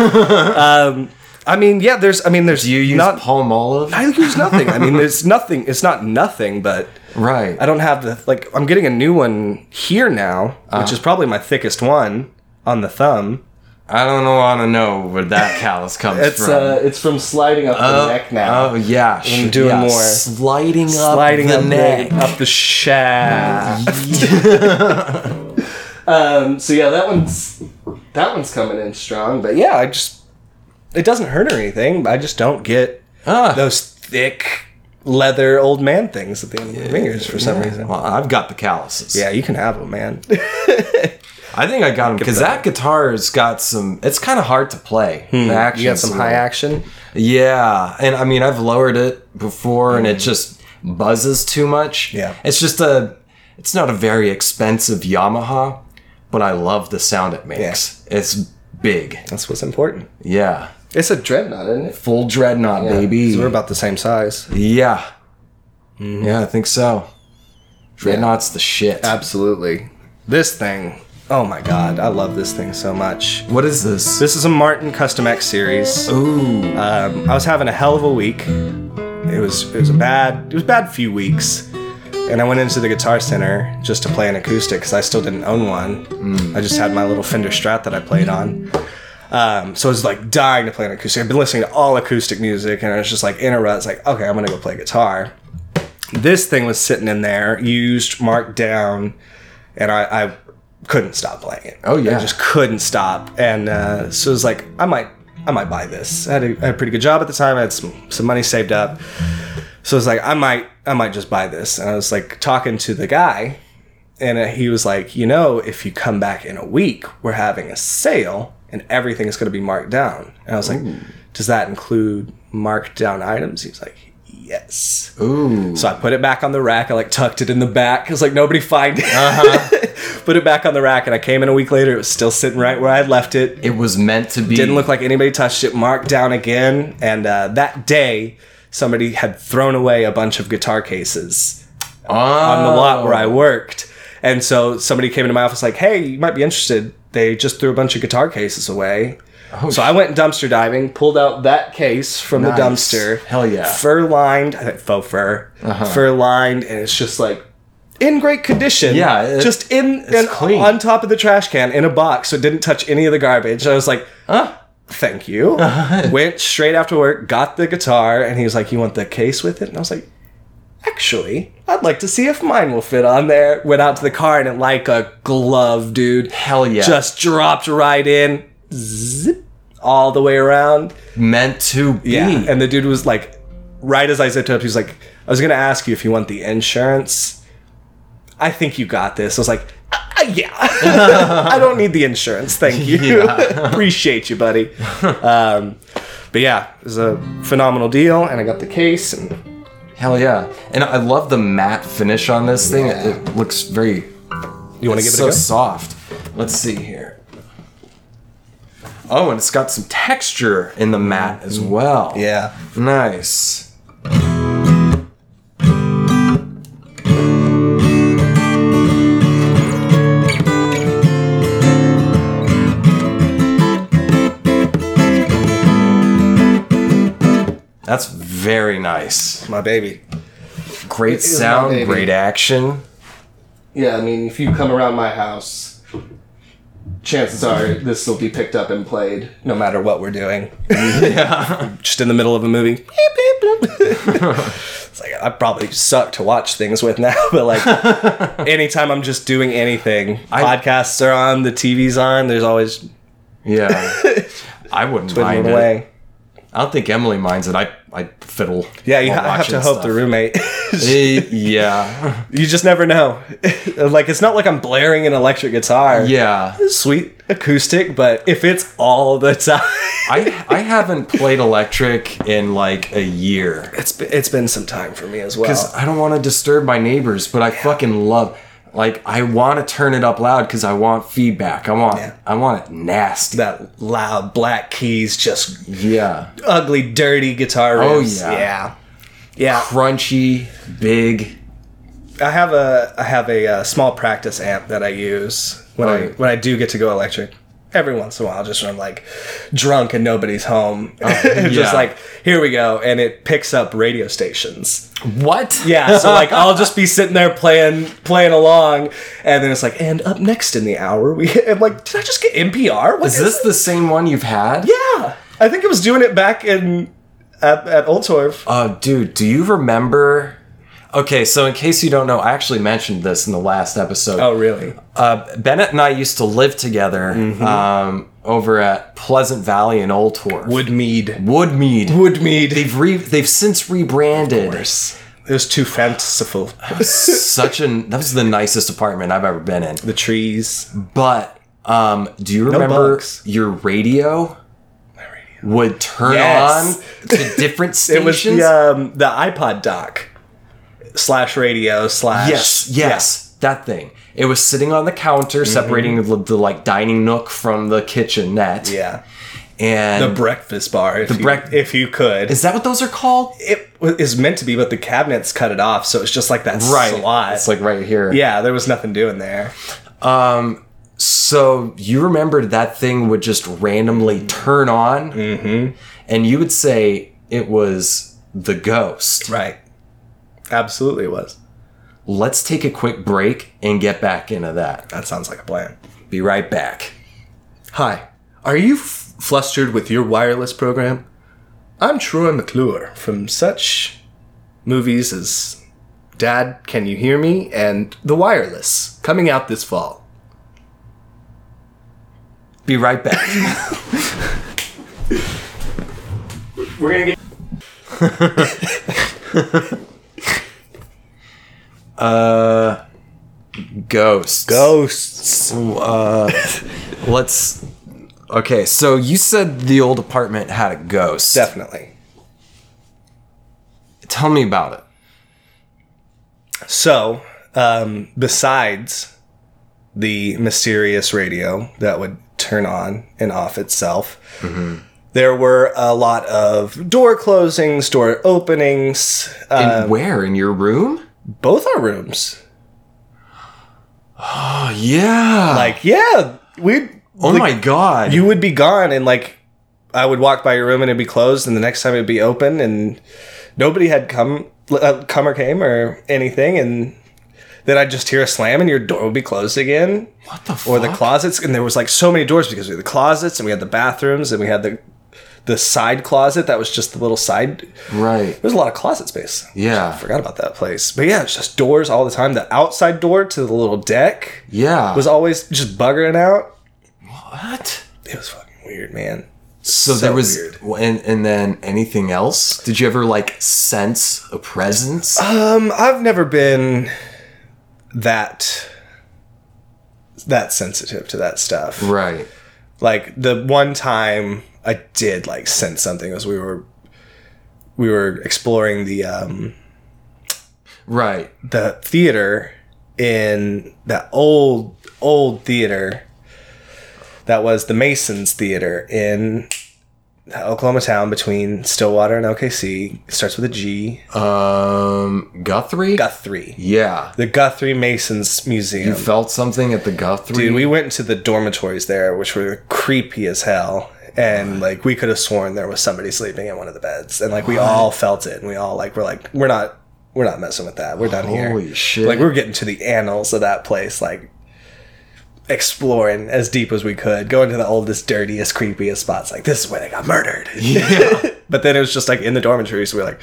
[SPEAKER 2] um, I mean, yeah, there's. I mean, there's.
[SPEAKER 1] Do you use
[SPEAKER 2] not?
[SPEAKER 1] palm olive?
[SPEAKER 2] I use nothing. I mean, there's nothing. It's not nothing, but
[SPEAKER 1] right.
[SPEAKER 2] I don't have the like. I'm getting a new one here now,
[SPEAKER 1] Ah.
[SPEAKER 2] which is probably my thickest one on the thumb.
[SPEAKER 1] I don't know, want to know where that callus comes from.
[SPEAKER 2] it's from sliding up the neck
[SPEAKER 1] Oh yeah, sh-
[SPEAKER 2] doing
[SPEAKER 1] yeah,
[SPEAKER 2] more.
[SPEAKER 1] sliding up
[SPEAKER 2] sliding
[SPEAKER 1] the
[SPEAKER 2] up
[SPEAKER 1] neck.
[SPEAKER 2] the up the shaft. um, so yeah, that one's that one's coming in strong. But yeah, I just it doesn't hurt or anything. But I just don't get
[SPEAKER 1] Ah.
[SPEAKER 2] those thick leather old man things at the end of my fingers for some reason.
[SPEAKER 1] Well, I've got the calluses.
[SPEAKER 2] Yeah, you can have them, man.
[SPEAKER 1] I think I got him because
[SPEAKER 2] that-
[SPEAKER 1] that guitar's got some. It's kind of hard to play.
[SPEAKER 2] Hmm.
[SPEAKER 1] The
[SPEAKER 2] You got some
[SPEAKER 1] action's a
[SPEAKER 2] high
[SPEAKER 1] little-
[SPEAKER 2] action.
[SPEAKER 1] Yeah, and I mean I've lowered it before, and it just buzzes too much.
[SPEAKER 2] Hmm. Yeah.
[SPEAKER 1] it's just a. It's not a very expensive Yamaha, but I love the sound it makes. It's big.
[SPEAKER 2] That's what's important.
[SPEAKER 1] Yeah,
[SPEAKER 2] It's a dreadnought, isn't it?
[SPEAKER 1] full dreadnought, baby.
[SPEAKER 2] So we're about the same size.
[SPEAKER 1] Yeah.
[SPEAKER 2] Mm-hmm.
[SPEAKER 1] Yeah, I think so. Dreadnought's the shit.
[SPEAKER 2] Absolutely. This thing. Oh my god, I love this thing so much.
[SPEAKER 1] what is this?
[SPEAKER 2] This is a Martin Custom X series.
[SPEAKER 1] Oh. Ooh.
[SPEAKER 2] Um, I was having a hell of a week. It was it was a bad it was a bad few weeks, and I went into the Guitar Center just to play an acoustic because I still didn't own one. I just had my little Fender Strat that I played on. Um, so I was like dying to play an acoustic. I've been listening to all acoustic music, and I was just like in a rut. It's like okay, I'm gonna go play guitar. This thing was sitting in there, used, marked down, and I, I couldn't stop playing it.
[SPEAKER 1] Oh, yeah.
[SPEAKER 2] I just couldn't stop. And uh, so it was like, I might, I might buy this. I had, a, I had a pretty good job at the time. I had some some money saved up, so I was like, I might, I might just buy this. And I was like talking to the guy, and uh, he was like, you know, if you come back in a week, we're having a sale, and everything is going to be marked down. And I was like, does that include marked down items? He was like, yes.
[SPEAKER 1] Ooh.
[SPEAKER 2] So I put it back on the rack. I like tucked it in the back because like nobody find it. put it back on the rack, and I came in a week later. It was still sitting right where I had left it.
[SPEAKER 1] It was meant to be.
[SPEAKER 2] Didn't look like anybody touched it. Marked down again. And uh, that day, somebody had thrown away a bunch of guitar cases on the lot where
[SPEAKER 1] Oh.
[SPEAKER 2] I worked. And so somebody came into my office like, "Hey, you might be interested." They just threw a bunch of guitar cases away. so I went dumpster diving, pulled out that case from
[SPEAKER 1] Oh, Nice.
[SPEAKER 2] the dumpster.
[SPEAKER 1] Hell yeah. Uh-huh.
[SPEAKER 2] Fur lined, I think faux fur. Fur lined, and it's just like in great condition.
[SPEAKER 1] Yeah, it-
[SPEAKER 2] just in and
[SPEAKER 1] clean.
[SPEAKER 2] on top of the trash can in a box, so it didn't touch any of the garbage. I was like,
[SPEAKER 1] Huh?
[SPEAKER 2] thank you. Went straight after work, got the guitar, and he was like, You want the case with it? And I was like, Actually, I'd like to see if mine will fit on there. Went out to the car and it like a glove, dude.
[SPEAKER 1] Hell yeah.
[SPEAKER 2] Just dropped right in, zip, all the way around.
[SPEAKER 1] meant to be.
[SPEAKER 2] And the dude was like, right as I zipped up, he was like, I was going to ask you if you want the insurance. I think you got this. I was like, "Uh, uh, yeah. I don't need the insurance. Thank you. Appreciate you, buddy. Um, but yeah, it was a phenomenal deal. And I got the case. And
[SPEAKER 1] Hell yeah. And I love the matte finish on this thing. It, it looks very
[SPEAKER 2] you want to give
[SPEAKER 1] so
[SPEAKER 2] it a go?
[SPEAKER 1] soft. Let's see here. Oh, and it's got some texture in the matte as well.
[SPEAKER 2] Mm. Yeah.
[SPEAKER 1] Nice. That's very nice.
[SPEAKER 2] My baby.
[SPEAKER 1] Great
[SPEAKER 2] is my
[SPEAKER 1] sound,
[SPEAKER 2] baby.
[SPEAKER 1] great action.
[SPEAKER 2] Yeah, I mean, if you come around my house, chances are this will be picked up and played no matter what we're doing.
[SPEAKER 1] Yeah.
[SPEAKER 2] just in the middle of a movie. Beep, beep, bloop. it's like I probably suck to watch things with now, but like anytime I'm just doing anything,
[SPEAKER 1] I-
[SPEAKER 2] podcasts are on, the TV's on. There's always
[SPEAKER 1] Yeah. I wouldn't
[SPEAKER 2] fiddling
[SPEAKER 1] mind it.
[SPEAKER 2] away.
[SPEAKER 1] I don't think Emily minds it. I, I fiddle.
[SPEAKER 2] Yeah, you
[SPEAKER 1] while
[SPEAKER 2] I have to
[SPEAKER 1] watching
[SPEAKER 2] hope the
[SPEAKER 1] stuff.
[SPEAKER 2] roommate.
[SPEAKER 1] Eh, yeah.
[SPEAKER 2] you just never know. like it's not like I'm blaring an electric guitar.
[SPEAKER 1] Yeah.
[SPEAKER 2] sweet acoustic, but if it's all the time,
[SPEAKER 1] I I haven't played electric in like a year
[SPEAKER 2] it's been, it's been some time for me as well.
[SPEAKER 1] because I don't want to disturb my neighbors, but I fucking love like I want to turn it up loud because I want feedback. I want
[SPEAKER 2] Yeah.
[SPEAKER 1] I want it nasty.
[SPEAKER 2] that loud black keys, just
[SPEAKER 1] yeah,
[SPEAKER 2] ugly, dirty guitar.
[SPEAKER 1] Oh,
[SPEAKER 2] riffs.
[SPEAKER 1] yeah.
[SPEAKER 2] yeah, yeah.
[SPEAKER 1] crunchy, big.
[SPEAKER 2] I have a I have a, uh small practice amp that I use when I
[SPEAKER 1] Right.
[SPEAKER 2] when I do get to go electric. Every once in a while, just when I'm like drunk and nobody's home, and
[SPEAKER 1] Oh, yeah.
[SPEAKER 2] just like here we go, and it picks up radio stations.
[SPEAKER 1] What?
[SPEAKER 2] Yeah, so like
[SPEAKER 1] uh,
[SPEAKER 2] I'll just be sitting there playing playing along, and then it's like, and up next in the hour, we. I'm like, did I just get NPR? What
[SPEAKER 1] Is this the same one you've had?
[SPEAKER 2] Yeah, I think it was doing it back in at, at Old Torf.
[SPEAKER 1] Uh, dude, do you remember? Okay, so in case you don't know, I actually mentioned this in the last episode.
[SPEAKER 2] Oh, really?
[SPEAKER 1] uh, Bennett and I used to live together
[SPEAKER 2] Mm-hmm.
[SPEAKER 1] um, over at Pleasant Valley in Old Torf.
[SPEAKER 2] Woodmead.
[SPEAKER 1] Woodmead.
[SPEAKER 2] Woodmead.
[SPEAKER 1] They've re- they've since rebranded.
[SPEAKER 2] It was too fanciful.
[SPEAKER 1] Such an that was the nicest apartment I've ever been in.
[SPEAKER 2] the trees.
[SPEAKER 1] But Um, do you remember
[SPEAKER 2] bugs.
[SPEAKER 1] your radio would turn
[SPEAKER 2] Yes.
[SPEAKER 1] on to different
[SPEAKER 2] It was
[SPEAKER 1] stations?
[SPEAKER 2] the, um, the iPod dock slash radio slash.
[SPEAKER 1] Yes, yes, that thing. It was sitting on the counter,
[SPEAKER 2] Mm-hmm.
[SPEAKER 1] separating the, the like dining nook from the kitchenette.
[SPEAKER 2] Yeah.
[SPEAKER 1] and
[SPEAKER 2] The breakfast bar. If the
[SPEAKER 1] break-
[SPEAKER 2] If you could.
[SPEAKER 1] is that what those are called?
[SPEAKER 2] it wa- is meant to be, but the cabinets cut it off, so it's just like that slot.
[SPEAKER 1] It's like right here.
[SPEAKER 2] yeah, there was nothing doing there.
[SPEAKER 1] So you remembered that thing would just randomly turn on, mm-hmm. and you would say it was the ghost.
[SPEAKER 2] Right. Absolutely, it was.
[SPEAKER 1] Let's take a quick break and get back into that.
[SPEAKER 2] That sounds like a plan.
[SPEAKER 1] Be right back.
[SPEAKER 2] Hi, are you f- flustered with your wireless program? I'm Troy McClure from such movies as Dad, Can You Hear Me? and The Wireless, coming out this fall.
[SPEAKER 1] Be right back.
[SPEAKER 2] We're gonna get.
[SPEAKER 1] Uh, Ghosts.
[SPEAKER 2] Oh, Ghosts.
[SPEAKER 1] uh, Let's. Okay, so you said the old apartment had a ghost.
[SPEAKER 2] Definitely.
[SPEAKER 1] Tell me about it.
[SPEAKER 2] So, um, besides the mysterious radio that would turn on and off itself, Mm-hmm. there were a lot of door closings, door openings, uh,
[SPEAKER 1] And where? In your room?
[SPEAKER 2] both our rooms.
[SPEAKER 1] Oh, yeah.
[SPEAKER 2] Like, yeah, we.
[SPEAKER 1] oh my god.
[SPEAKER 2] You would be gone, and like, I would walk by your room and it'd be closed, and the next time it'd be open, and nobody had come, uh, come or came or anything, and then I'd just hear a slam, and your door would be closed again.
[SPEAKER 1] what the fuck?
[SPEAKER 2] or the closets and there was like so many doors because we had the closets and we had the bathrooms and we had the the side closet that was just the little side there
[SPEAKER 1] Right.
[SPEAKER 2] was a lot of closet space
[SPEAKER 1] Yeah.
[SPEAKER 2] forgot about that place but yeah it's just doors all the time the outside door to the little deck
[SPEAKER 1] Yeah.
[SPEAKER 2] was always just buggering out
[SPEAKER 1] what?
[SPEAKER 2] it was fucking weird man
[SPEAKER 1] So,
[SPEAKER 2] So
[SPEAKER 1] there was
[SPEAKER 2] weird.
[SPEAKER 1] and and then anything else? Did you ever like sense a presence?
[SPEAKER 2] um i've never been that that sensitive to that stuff
[SPEAKER 1] right.
[SPEAKER 2] like the one time I did like sense something was we were we were exploring the um
[SPEAKER 1] Right.
[SPEAKER 2] the theater in that old old theater that was the Masons Theater in Oklahoma town between Stillwater and OKC It starts with a G
[SPEAKER 1] Uh, Um Guthrie?
[SPEAKER 2] Guthrie
[SPEAKER 1] yeah.
[SPEAKER 2] the Guthrie Masons Museum
[SPEAKER 1] You felt something at the Guthrie?
[SPEAKER 2] Dude, we went into the dormitories there, which were creepy as hell. And like we could have sworn there was somebody sleeping in one of the beds. And like we all felt it and we all like we're like, we're not we're not messing with that. We're done here.
[SPEAKER 1] Holy shit.
[SPEAKER 2] Like we're getting to the annals of that place, like exploring as deep as we could, going to the oldest, dirtiest, creepiest spots. Like this is where they got murdered.
[SPEAKER 1] yeah.
[SPEAKER 2] But then it was just like in the dormitories, we were like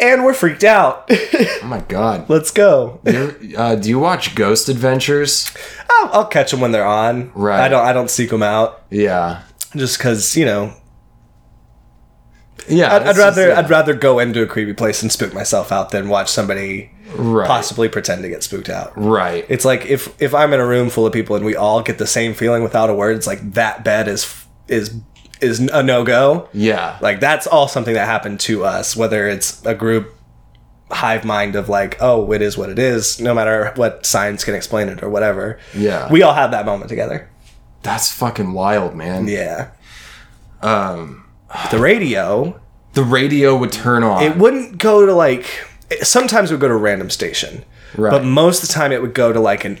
[SPEAKER 2] and we're freaked out.
[SPEAKER 1] oh my god.
[SPEAKER 2] Let's go.
[SPEAKER 1] You're- uh, do you watch Ghost Adventures?
[SPEAKER 2] I'll, I'll catch them when they're on.
[SPEAKER 1] Right.
[SPEAKER 2] I don't. I don't seek them out.
[SPEAKER 1] Yeah.
[SPEAKER 2] just because you know
[SPEAKER 1] Yeah.
[SPEAKER 2] I'd, I'd
[SPEAKER 1] this is-
[SPEAKER 2] rather
[SPEAKER 1] yeah.
[SPEAKER 2] I'd rather go into a creepy place and spook myself out than watch somebody
[SPEAKER 1] right.
[SPEAKER 2] possibly pretend to get spooked out.
[SPEAKER 1] Right.
[SPEAKER 2] It's like if if I'm in a room full of people and we all get the same feeling without a word, it's like that bed is is is a no go.
[SPEAKER 1] yeah.
[SPEAKER 2] Like that's all something that happened to us, whether it's a group hive mind of like, oh, it is what it is, no matter what science can explain it or whatever.
[SPEAKER 1] Yeah.
[SPEAKER 2] We all have that moment together.
[SPEAKER 1] That's fucking wild, man.
[SPEAKER 2] Yeah. Um the radio
[SPEAKER 1] The radio would turn on.
[SPEAKER 2] it wouldn't go to like it- sometimes it would go to a random station
[SPEAKER 1] Right.
[SPEAKER 2] but most of the time it would go to like an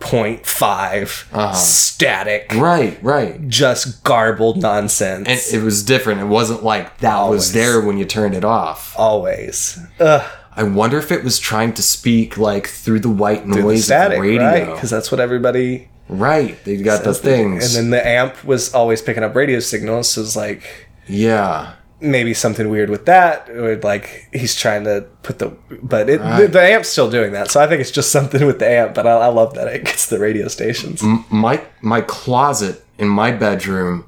[SPEAKER 2] 88.5 static
[SPEAKER 1] Uh-huh. right, right.
[SPEAKER 2] just garbled nonsense
[SPEAKER 1] And it was different. It wasn't like that was
[SPEAKER 2] Always.
[SPEAKER 1] there when you turned it off.
[SPEAKER 2] always Ugh,
[SPEAKER 1] I wonder if it was trying to speak like through the white noise
[SPEAKER 2] the static
[SPEAKER 1] of the radio.
[SPEAKER 2] right because that's what everybody
[SPEAKER 1] Right, they got the
[SPEAKER 2] and
[SPEAKER 1] things.
[SPEAKER 2] then the amp was always picking up radio signals so it's like
[SPEAKER 1] yeah,
[SPEAKER 2] maybe something weird with that or like he's trying to put the but it the,
[SPEAKER 1] Right.
[SPEAKER 2] the amp's still doing that so i think it's just something with the amp but i, I love that it gets the radio stations
[SPEAKER 1] my my closet in my bedroom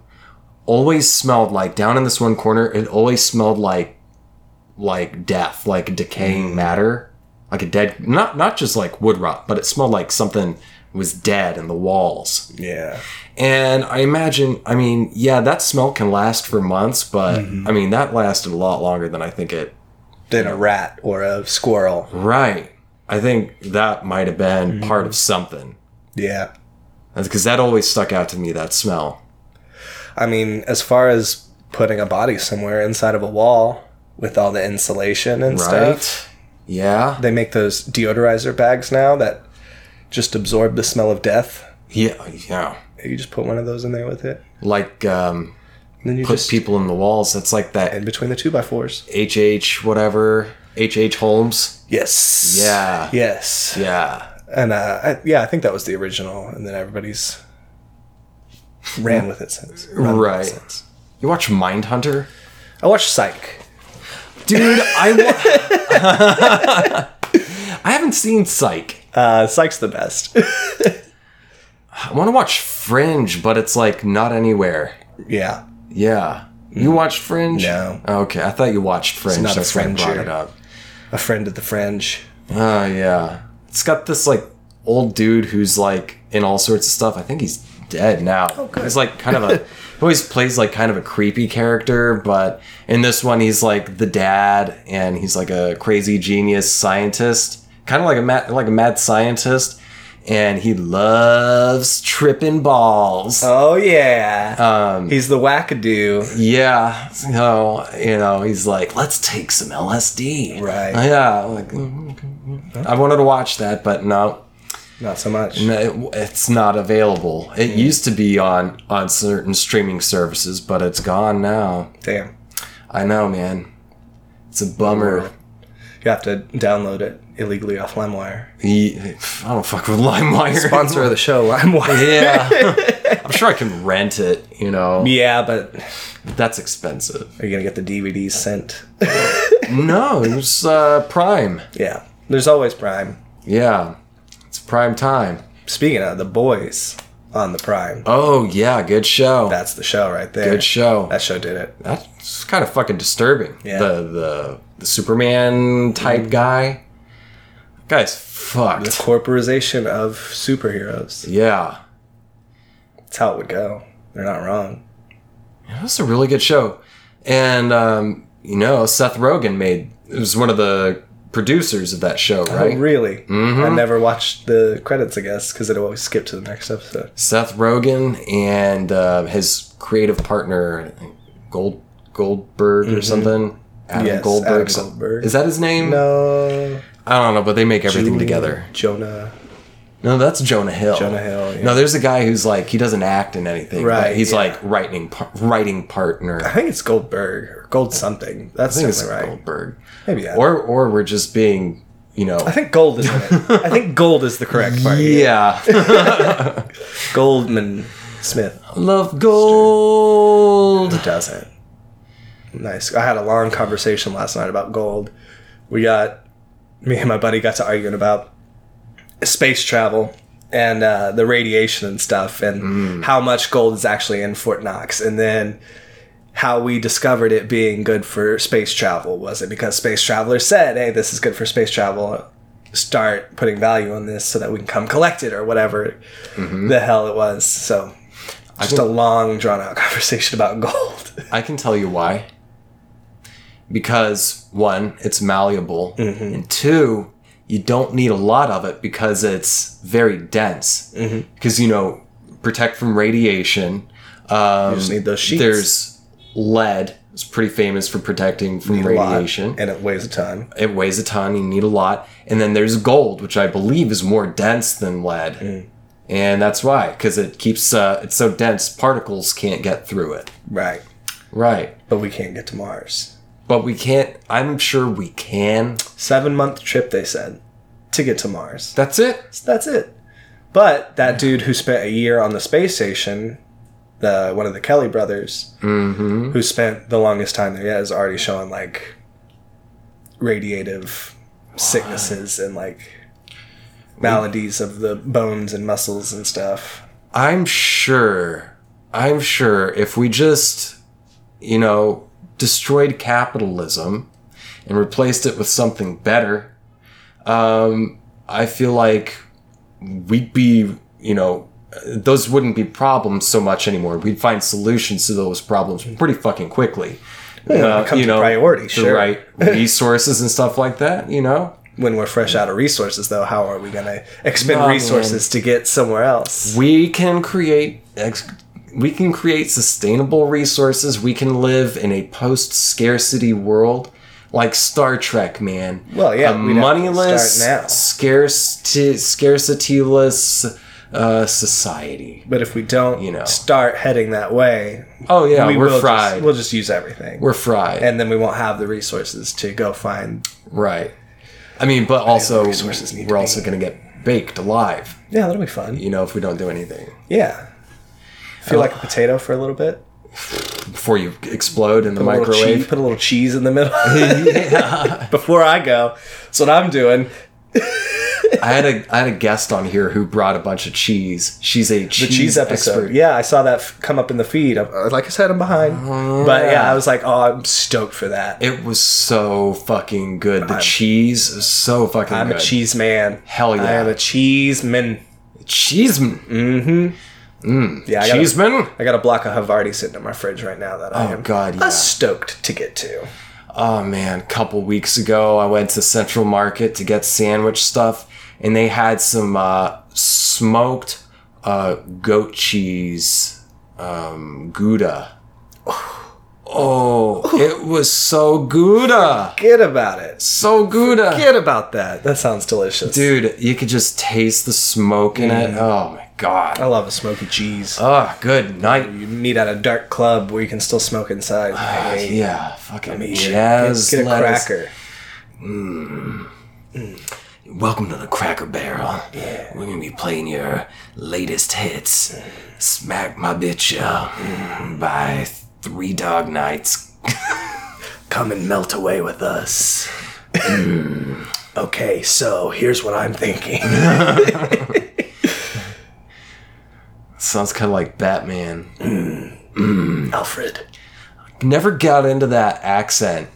[SPEAKER 1] always smelled like down in this one corner. It always smelled like like death, like decaying matter, like a dead. Not not just like wood rot, but it smelled like something was dead in the walls.
[SPEAKER 2] Yeah.
[SPEAKER 1] And I imagine, I mean, yeah, that smell can last for months, but I mean, that lasted a lot longer than I think it.
[SPEAKER 2] Than a rat or a squirrel.
[SPEAKER 1] Right. I think that might have been part of something.
[SPEAKER 2] Yeah.
[SPEAKER 1] Because that always stuck out to me, that smell.
[SPEAKER 2] I mean, as far as putting a body somewhere inside of a wall with all the insulation and
[SPEAKER 1] Right?
[SPEAKER 2] stuff,
[SPEAKER 1] Yeah.
[SPEAKER 2] they make those deodorizer bags now that just absorb the smell of death.
[SPEAKER 1] Yeah. Yeah.
[SPEAKER 2] You just put one of those in there with it.
[SPEAKER 1] Like, um,
[SPEAKER 2] And then you
[SPEAKER 1] put
[SPEAKER 2] just
[SPEAKER 1] people in the walls. That's like that
[SPEAKER 2] in between the two by fours.
[SPEAKER 1] H.H. whatever. H.H. Holmes.
[SPEAKER 2] Yes.
[SPEAKER 1] Yeah.
[SPEAKER 2] Yes.
[SPEAKER 1] Yeah.
[SPEAKER 2] And uh, I, yeah, I think that was the original, and then everybody's ran with it since. Run with it
[SPEAKER 1] Right.
[SPEAKER 2] since.
[SPEAKER 1] You watch Mindhunter?
[SPEAKER 2] I watched Psych.
[SPEAKER 1] Dude, I. Wa- I haven't seen Psych.
[SPEAKER 2] Uh, Psych's the best.
[SPEAKER 1] I want to watch Fringe, but it's like not anywhere.
[SPEAKER 2] yeah.
[SPEAKER 1] Yeah. You watched Fringe?
[SPEAKER 2] Mm. No.
[SPEAKER 1] Okay, I thought you watched Fringe.
[SPEAKER 2] not a
[SPEAKER 1] That's why I
[SPEAKER 2] Fringe
[SPEAKER 1] brought
[SPEAKER 2] here.
[SPEAKER 1] it up.
[SPEAKER 2] A friend of the fringe.
[SPEAKER 1] Oh, yeah. It's got this like old dude who's like in all sorts of stuff. I think he's dead now. Oh,
[SPEAKER 2] good.
[SPEAKER 1] He's like kind of a. He always plays like kind of a creepy character, but in this one, he's like the dad, and he's like a crazy genius scientist, kind of like a mad, like a mad scientist, and he loves tripping balls.
[SPEAKER 2] Oh yeah. Um, He's the wackadoo.
[SPEAKER 1] Yeah. So, you know, he's like, let's take some LSD.
[SPEAKER 2] Right.
[SPEAKER 1] Yeah. I'm Like, mm, mm, mm. I wanted to watch that, but no,
[SPEAKER 2] Not so much.
[SPEAKER 1] no, it- it's not available. It used to be on, on certain streaming services, but it's gone now.
[SPEAKER 2] Damn.
[SPEAKER 1] I know, man. It's a bummer.
[SPEAKER 2] You have to download it illegally off LimeWire.
[SPEAKER 1] Ye- I don't fuck with LimeWire.
[SPEAKER 2] Sponsor of the show, LimeWire.
[SPEAKER 1] Yeah. I'm sure I can rent it, you know.
[SPEAKER 2] Yeah, but
[SPEAKER 1] That's expensive.
[SPEAKER 2] are you gonna get the DVDs sent?
[SPEAKER 1] No, it's uh, Prime.
[SPEAKER 2] yeah. There's always Prime.
[SPEAKER 1] Yeah. It's prime time.
[SPEAKER 2] Speaking of the boys on the Prime,
[SPEAKER 1] Oh yeah, good show.
[SPEAKER 2] that's the show right there.
[SPEAKER 1] good show.
[SPEAKER 2] That show did it.
[SPEAKER 1] That's kind of fucking disturbing.
[SPEAKER 2] Yeah. Mm.
[SPEAKER 1] The the the Superman type guy. Guy's fucked.
[SPEAKER 2] Corporization of superheroes.
[SPEAKER 1] Yeah.
[SPEAKER 2] That's how it would go. They're not wrong.
[SPEAKER 1] That was a really good show. And um, you know, Seth Rogen made was one of the producers of that show, right?
[SPEAKER 2] Oh, really? I never watched the credits, I guess, because it always skipped to the next episode.
[SPEAKER 1] Seth Rogen and uh, his creative partner Gold Goldberg or something. Adam
[SPEAKER 2] Mm-hmm. Yes,
[SPEAKER 1] Goldberg.
[SPEAKER 2] Adam Goldberg.
[SPEAKER 1] Is that his name?
[SPEAKER 2] No.
[SPEAKER 1] I don't know, but they make everything together.
[SPEAKER 2] Jonah.
[SPEAKER 1] No, that's Jonah Hill.
[SPEAKER 2] Jonah Hill, yeah.
[SPEAKER 1] No, there's a guy who's like he doesn't act in anything. but
[SPEAKER 2] Right,
[SPEAKER 1] He's
[SPEAKER 2] yeah.
[SPEAKER 1] like writing par- writing partner.
[SPEAKER 2] I think it's Goldberg or Gold something. That's
[SPEAKER 1] I think it's
[SPEAKER 2] definitely right.
[SPEAKER 1] Goldberg.
[SPEAKER 2] Maybe that.
[SPEAKER 1] Or or we're just being you know.
[SPEAKER 2] I think gold is in it. I think gold is the correct part. here.
[SPEAKER 1] yeah.
[SPEAKER 2] Goldman Smith
[SPEAKER 1] Love gold.
[SPEAKER 2] doesn't. Nice. I had a long conversation last night about gold. We got me and my buddy got to arguing about space travel and uh, the radiation and stuff and how much gold is actually in Fort Knox and then how we discovered it being good for space travel was it because space travelers said hey this is good for space travel start putting value on this so that we can come collect it or whatever the hell it was so just a long drawn out conversation about gold
[SPEAKER 1] I can tell you why. Because one, it's malleable,
[SPEAKER 2] Mm-hmm.
[SPEAKER 1] and two, you don't need a lot of it because it's very dense.
[SPEAKER 2] Mm-hmm.
[SPEAKER 1] Because you know, protect from radiation. Um,
[SPEAKER 2] just need those sheets.
[SPEAKER 1] There's lead. It's pretty famous for protecting from
[SPEAKER 2] a lot,
[SPEAKER 1] radiation.
[SPEAKER 2] and it weighs a ton.
[SPEAKER 1] It weighs a ton. You need a lot. And then there's gold, which I believe is more dense than lead.
[SPEAKER 2] Hmm.
[SPEAKER 1] And that's why, because it keeps uh, it's so dense, particles can't get through it.
[SPEAKER 2] Right.
[SPEAKER 1] Right.
[SPEAKER 2] But we can't get to Mars.
[SPEAKER 1] But we can't. I'm sure we can.
[SPEAKER 2] Seven month trip, they said, to get to Mars.
[SPEAKER 1] That's it.
[SPEAKER 2] That's it. But that dude who spent a year on the space station, the one of the Kelly brothers,
[SPEAKER 1] Mm-hmm.
[SPEAKER 2] who spent the longest time there, yeah, is already showing like radiative sicknesses and like maladies of the bones and muscles and stuff.
[SPEAKER 1] I'm sure. I'm sure if we just, you know, destroyed capitalism and replaced it with something better, um, I feel like we'd be, you know, those wouldn't be problems so much anymore. We'd find solutions to those problems pretty fucking quickly. Uh,
[SPEAKER 2] when it comes to priority,
[SPEAKER 1] the
[SPEAKER 2] sure.
[SPEAKER 1] right resources and stuff like that. You know,
[SPEAKER 2] When we're fresh out of resources, though, how are we going to expend
[SPEAKER 1] No, man.
[SPEAKER 2] resources to get somewhere else?
[SPEAKER 1] we can create ex- we can create sustainable resources. We can live in a post scarcity world like Star Trek, man.
[SPEAKER 2] Well, yeah,
[SPEAKER 1] a
[SPEAKER 2] we'd have to start now.
[SPEAKER 1] moneyless, scarcity, scarcityless uh, society.
[SPEAKER 2] But if we don't
[SPEAKER 1] You know.
[SPEAKER 2] start heading that way,
[SPEAKER 1] Oh yeah, we are
[SPEAKER 2] will
[SPEAKER 1] fried.
[SPEAKER 2] Just, we'll just use everything.
[SPEAKER 1] we're fried.
[SPEAKER 2] and then we won't have the resources to go find.
[SPEAKER 1] right. I mean, but also
[SPEAKER 2] resources need to
[SPEAKER 1] we're
[SPEAKER 2] be-
[SPEAKER 1] also going to get baked alive.
[SPEAKER 2] Yeah, that'll be fun.
[SPEAKER 1] You know, if we don't do anything
[SPEAKER 2] Yeah. Feel
[SPEAKER 1] Oh.
[SPEAKER 2] like a potato for a little bit.
[SPEAKER 1] before you explode in the
[SPEAKER 2] A little cheese,
[SPEAKER 1] microwave.
[SPEAKER 2] put a little cheese in the middle. Before I go, that's what I'm doing.
[SPEAKER 1] I had a I had a guest on here who brought a bunch of cheese. She's a cheese,
[SPEAKER 2] The cheese episode.
[SPEAKER 1] expert.
[SPEAKER 2] Yeah, I saw that f- come up in the feed. I'm, uh, like I said, I'm behind. But yeah, I was like, oh, I'm stoked for that.
[SPEAKER 1] It was so fucking good. The cheese is so fucking
[SPEAKER 2] I'm
[SPEAKER 1] good.
[SPEAKER 2] a cheese man.
[SPEAKER 1] Hell yeah.
[SPEAKER 2] I am a cheese man.
[SPEAKER 1] cheeseman.
[SPEAKER 2] Yeah, I got, a,
[SPEAKER 1] Cheeseman?
[SPEAKER 2] I got a block of Havarti sitting in my fridge right now that I
[SPEAKER 1] Oh
[SPEAKER 2] am
[SPEAKER 1] god, yeah.
[SPEAKER 2] stoked to get to.
[SPEAKER 1] Oh man, a couple weeks ago I went to Central Market to get sandwich stuff and they had some uh, smoked uh, goat cheese um, gouda. Oh, it was so gouda.
[SPEAKER 2] Get about it.
[SPEAKER 1] So gouda.
[SPEAKER 2] Get about that. That sounds delicious.
[SPEAKER 1] Dude, you could just taste the smoke in it. Oh my god.
[SPEAKER 2] I love a smoky cheese.
[SPEAKER 1] Oh, good night.
[SPEAKER 2] You meet at a dark club where you can still smoke inside. Hey,
[SPEAKER 1] Yeah, fucking
[SPEAKER 2] get-
[SPEAKER 1] jazz.
[SPEAKER 2] get, a
[SPEAKER 1] lettuce.
[SPEAKER 2] cracker.
[SPEAKER 1] Welcome to the Cracker Barrel. Yeah. We're gonna be playing your latest hits.
[SPEAKER 2] Mm.
[SPEAKER 1] Smack my bitch up by Three Dog Nights.
[SPEAKER 2] Come and melt away with us. Mm. okay, so here's what I'm thinking.
[SPEAKER 1] Sounds kind of like Batman.
[SPEAKER 2] Alfred.
[SPEAKER 1] Never got into that accent.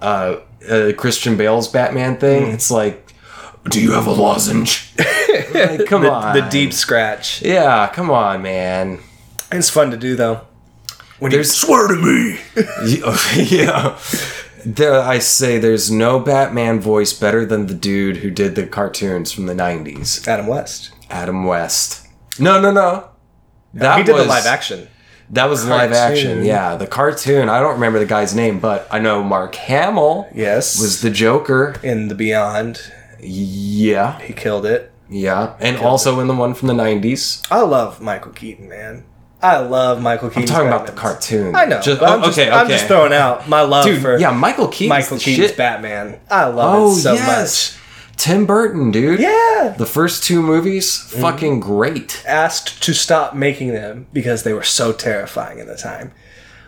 [SPEAKER 1] Uh, uh Christian Bale's Batman thing.
[SPEAKER 2] Mm.
[SPEAKER 1] It's like, do you have a lozenge? like, come on.
[SPEAKER 2] The deep scratch.
[SPEAKER 1] Yeah, come on, man.
[SPEAKER 2] It's fun to do though. When
[SPEAKER 1] There's-
[SPEAKER 2] you swear to me.
[SPEAKER 1] yeah. There, I say there's no Batman voice better than the dude who did the cartoons from the 90s,
[SPEAKER 2] Adam West.
[SPEAKER 1] Adam West. No, no, no. That
[SPEAKER 2] He did
[SPEAKER 1] was,
[SPEAKER 2] the live action.
[SPEAKER 1] That was live action.
[SPEAKER 2] Cartoon.
[SPEAKER 1] Yeah, the cartoon. I don't remember the guy's name, but I know Mark Hamill
[SPEAKER 2] Yes.
[SPEAKER 1] was the Joker.
[SPEAKER 2] in the Beyond.
[SPEAKER 1] Yeah,
[SPEAKER 2] He killed it.
[SPEAKER 1] yeah, and also in the one from the 90s.
[SPEAKER 2] I love Michael Keaton, man. I love Michael Keaton.
[SPEAKER 1] I'm talking about the cartoon.
[SPEAKER 2] I know.
[SPEAKER 1] Just,
[SPEAKER 2] but I'm,
[SPEAKER 1] oh,
[SPEAKER 2] just,
[SPEAKER 1] okay, okay.
[SPEAKER 2] I'm just throwing out my love
[SPEAKER 1] Dude,
[SPEAKER 2] for
[SPEAKER 1] yeah, Michael Keaton's
[SPEAKER 2] Michael
[SPEAKER 1] the
[SPEAKER 2] Keaton's
[SPEAKER 1] shit.
[SPEAKER 2] Batman. I love
[SPEAKER 1] Oh
[SPEAKER 2] it so
[SPEAKER 1] yes, Tim Burton, dude.
[SPEAKER 2] much. Yeah. Mm-hmm.
[SPEAKER 1] The first two movies, fucking great.
[SPEAKER 2] Asked to stop making them because they were so terrifying at the time.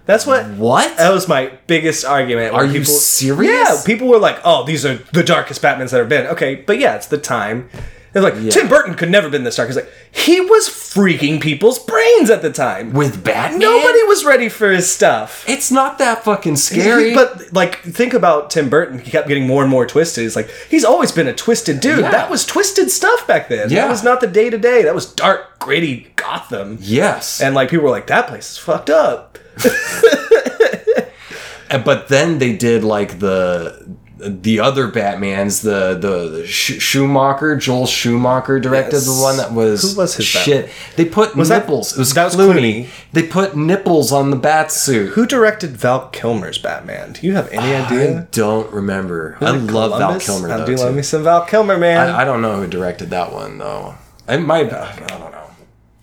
[SPEAKER 2] That's what.
[SPEAKER 1] What?
[SPEAKER 2] That was my biggest argument. when
[SPEAKER 1] Are you serious?
[SPEAKER 2] Yeah, people were like, "Oh, these are the darkest Batmans that have been." Okay, but yeah, it's the time. They're like, Tim Burton could never been this dark. He's like, he was freaking people's brains at the time.
[SPEAKER 1] With Batman?
[SPEAKER 2] Nobody was ready for his stuff.
[SPEAKER 1] It's not that fucking scary.
[SPEAKER 2] But like, think about Tim Burton. He kept getting more and more twisted. He's like, he's always been a twisted dude.
[SPEAKER 1] Yeah.
[SPEAKER 2] That was twisted stuff back then.
[SPEAKER 1] Yeah.
[SPEAKER 2] That was not the day to day. That was dark, gritty Gotham.
[SPEAKER 1] yes.
[SPEAKER 2] And like, people were like, that place is fucked up.
[SPEAKER 1] And- but then they did like the the other Batman's the the, the Sch- Schumacher Joel Schumacher directed
[SPEAKER 2] Yes.
[SPEAKER 1] the one that was
[SPEAKER 2] Who was his
[SPEAKER 1] shit. They put
[SPEAKER 2] that-
[SPEAKER 1] nipples. it was
[SPEAKER 2] that was
[SPEAKER 1] Clooney.
[SPEAKER 2] Clooney.
[SPEAKER 1] They put nipples on the bat suit.
[SPEAKER 2] Who directed Val Kilmer's Batman? Do you have any
[SPEAKER 1] I
[SPEAKER 2] idea?
[SPEAKER 1] don't remember. I
[SPEAKER 2] Like
[SPEAKER 1] love
[SPEAKER 2] Columbus?
[SPEAKER 1] Val Kilmer
[SPEAKER 2] I'm
[SPEAKER 1] though.
[SPEAKER 2] doing-
[SPEAKER 1] too.
[SPEAKER 2] love me some Val Kilmer, man.
[SPEAKER 1] I, I don't know who directed that one though. It might. I don't know.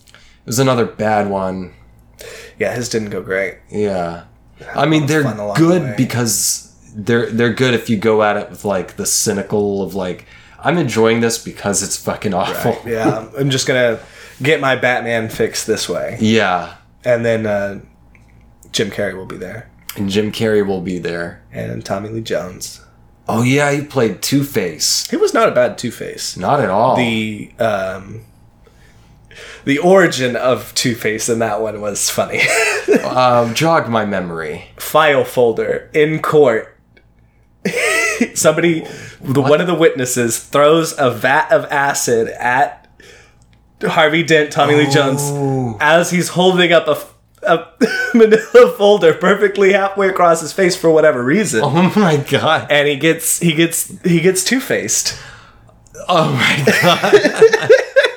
[SPEAKER 1] It was another bad one.
[SPEAKER 2] yeah, his didn't go great.
[SPEAKER 1] Yeah, I mean they're
[SPEAKER 2] fun along
[SPEAKER 1] good
[SPEAKER 2] the way.
[SPEAKER 1] because they're they're good if you go at it with like the cynical of like I'm enjoying this because it's fucking awful.
[SPEAKER 2] Yeah, I'm- I'm just gonna get my Batman fix this way,
[SPEAKER 1] Yeah,
[SPEAKER 2] and then uh, Jim Carrey will be there,
[SPEAKER 1] and Jim Carrey will be there.
[SPEAKER 2] and Tommy Lee Jones.
[SPEAKER 1] Oh yeah, he played Two Face.
[SPEAKER 2] He was not a bad Two Face.
[SPEAKER 1] Not at all.
[SPEAKER 2] the um, the origin of Two Face in that one was funny.
[SPEAKER 1] um, jog my memory.
[SPEAKER 2] File folder in court. Somebody, the, one of the witnesses throws a vat of acid at Harvey Dent, Tommy Lee Jones, as he's holding up a, f- a manila folder perfectly halfway across his face for whatever reason.
[SPEAKER 1] Oh my god.
[SPEAKER 2] And he gets he gets he gets two faced.
[SPEAKER 1] Oh my god.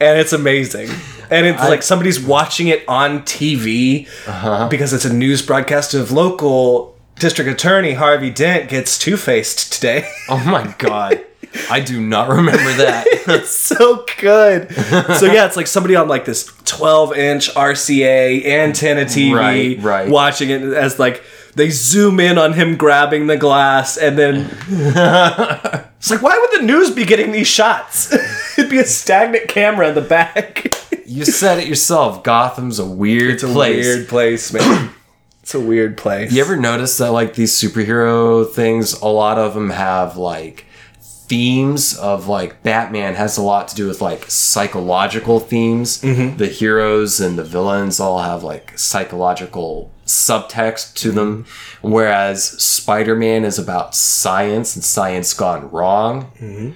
[SPEAKER 2] and it's amazing. And it's like somebody's watching it on TV
[SPEAKER 1] Uh-huh.
[SPEAKER 2] because it's a news broadcast of local district attorney Harvey Dent gets two faced today.
[SPEAKER 1] Oh my god. I do not remember that.
[SPEAKER 2] it's so good. so yeah, it's like somebody on like this 12 inch RCA antenna TV
[SPEAKER 1] Right, right.
[SPEAKER 2] watching it as like they zoom in on him grabbing the glass and then it's like why would the news be getting these shots? It'd be a stagnant camera in the back.
[SPEAKER 1] you said it yourself. Gotham's a weird
[SPEAKER 2] It's a
[SPEAKER 1] place.
[SPEAKER 2] weird place, man. it's a weird place.
[SPEAKER 1] You ever notice that like these superhero things, a lot of them have like themes of like Batman has a lot to do with like psychological themes.
[SPEAKER 2] Mm-hmm.
[SPEAKER 1] The heroes and the villains all have like psychological subtext to them,
[SPEAKER 2] Mm-hmm.
[SPEAKER 1] whereas Spider Man is about science and science gone wrong.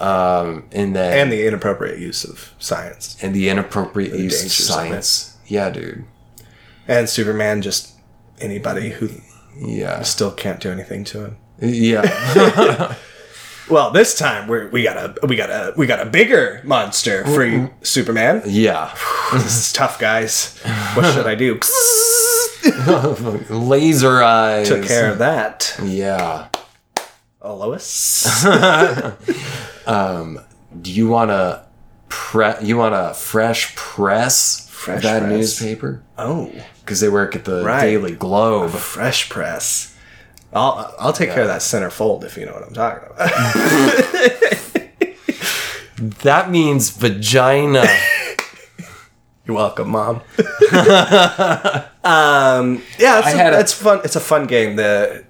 [SPEAKER 1] Um, and then
[SPEAKER 2] Mm-hmm. and the inappropriate use of science.
[SPEAKER 1] and the inappropriate use of
[SPEAKER 2] dangers of it.
[SPEAKER 1] science. Yeah, dude.
[SPEAKER 2] And Superman just anybody who
[SPEAKER 1] Yeah.
[SPEAKER 2] still can't do anything to him.
[SPEAKER 1] Yeah.
[SPEAKER 2] Well, this time we're, we got a we got a we got a bigger monster for you, Superman.
[SPEAKER 1] yeah.
[SPEAKER 2] This is tough, guys. What should I do?
[SPEAKER 1] Laser eyes.
[SPEAKER 2] Took care of that,
[SPEAKER 1] Yeah.
[SPEAKER 2] oh, Lois.
[SPEAKER 1] Do you want to pre- you want a fresh press for
[SPEAKER 2] Fresh
[SPEAKER 1] that
[SPEAKER 2] press.
[SPEAKER 1] newspaper?
[SPEAKER 2] Oh,
[SPEAKER 1] Because they work at the
[SPEAKER 2] Right.
[SPEAKER 1] Daily Globe.
[SPEAKER 2] fresh press. I'll I'll take care of that center fold if you know what I'm talking about.
[SPEAKER 1] That means vagina.
[SPEAKER 2] You're welcome, mom. um, yeah, it's,
[SPEAKER 1] I had
[SPEAKER 2] a,
[SPEAKER 1] a-
[SPEAKER 2] it's fun. It's a fun game. The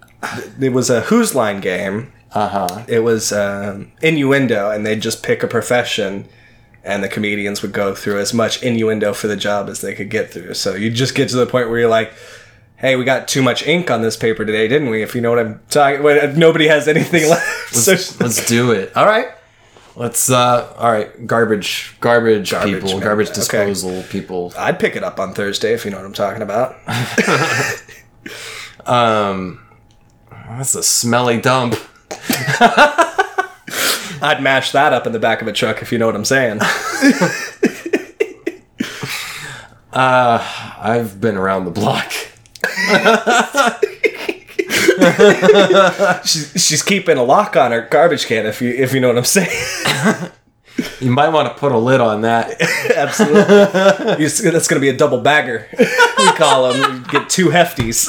[SPEAKER 2] it was a Who's Line game.
[SPEAKER 1] uh huh.
[SPEAKER 2] It was um, innuendo, and they'd just pick a profession, and the comedians would go through as much innuendo for the job as they could get through. So you just get to the point where you're like. Hey, we got too much ink on this paper today, didn't we? If you know what I'm talking, when if nobody has anything left. So
[SPEAKER 1] Let's do it. All right. Let's uh all right, garbage garbage, people,
[SPEAKER 2] man.
[SPEAKER 1] garbage
[SPEAKER 2] Okay.
[SPEAKER 1] disposal people.
[SPEAKER 2] I'd pick it up on Thursday if you know what I'm talking about.
[SPEAKER 1] That's a smelly dump.
[SPEAKER 2] I'd mash that up in the back of a truck if you know what I'm saying.
[SPEAKER 1] I've been around the block.
[SPEAKER 2] She's, she's keeping a lock on her garbage can if you if you know what I'm saying.
[SPEAKER 1] You might want to put a lid on that.
[SPEAKER 2] Absolutely. You s- that's going to be a double bagger. We call them get two hefties.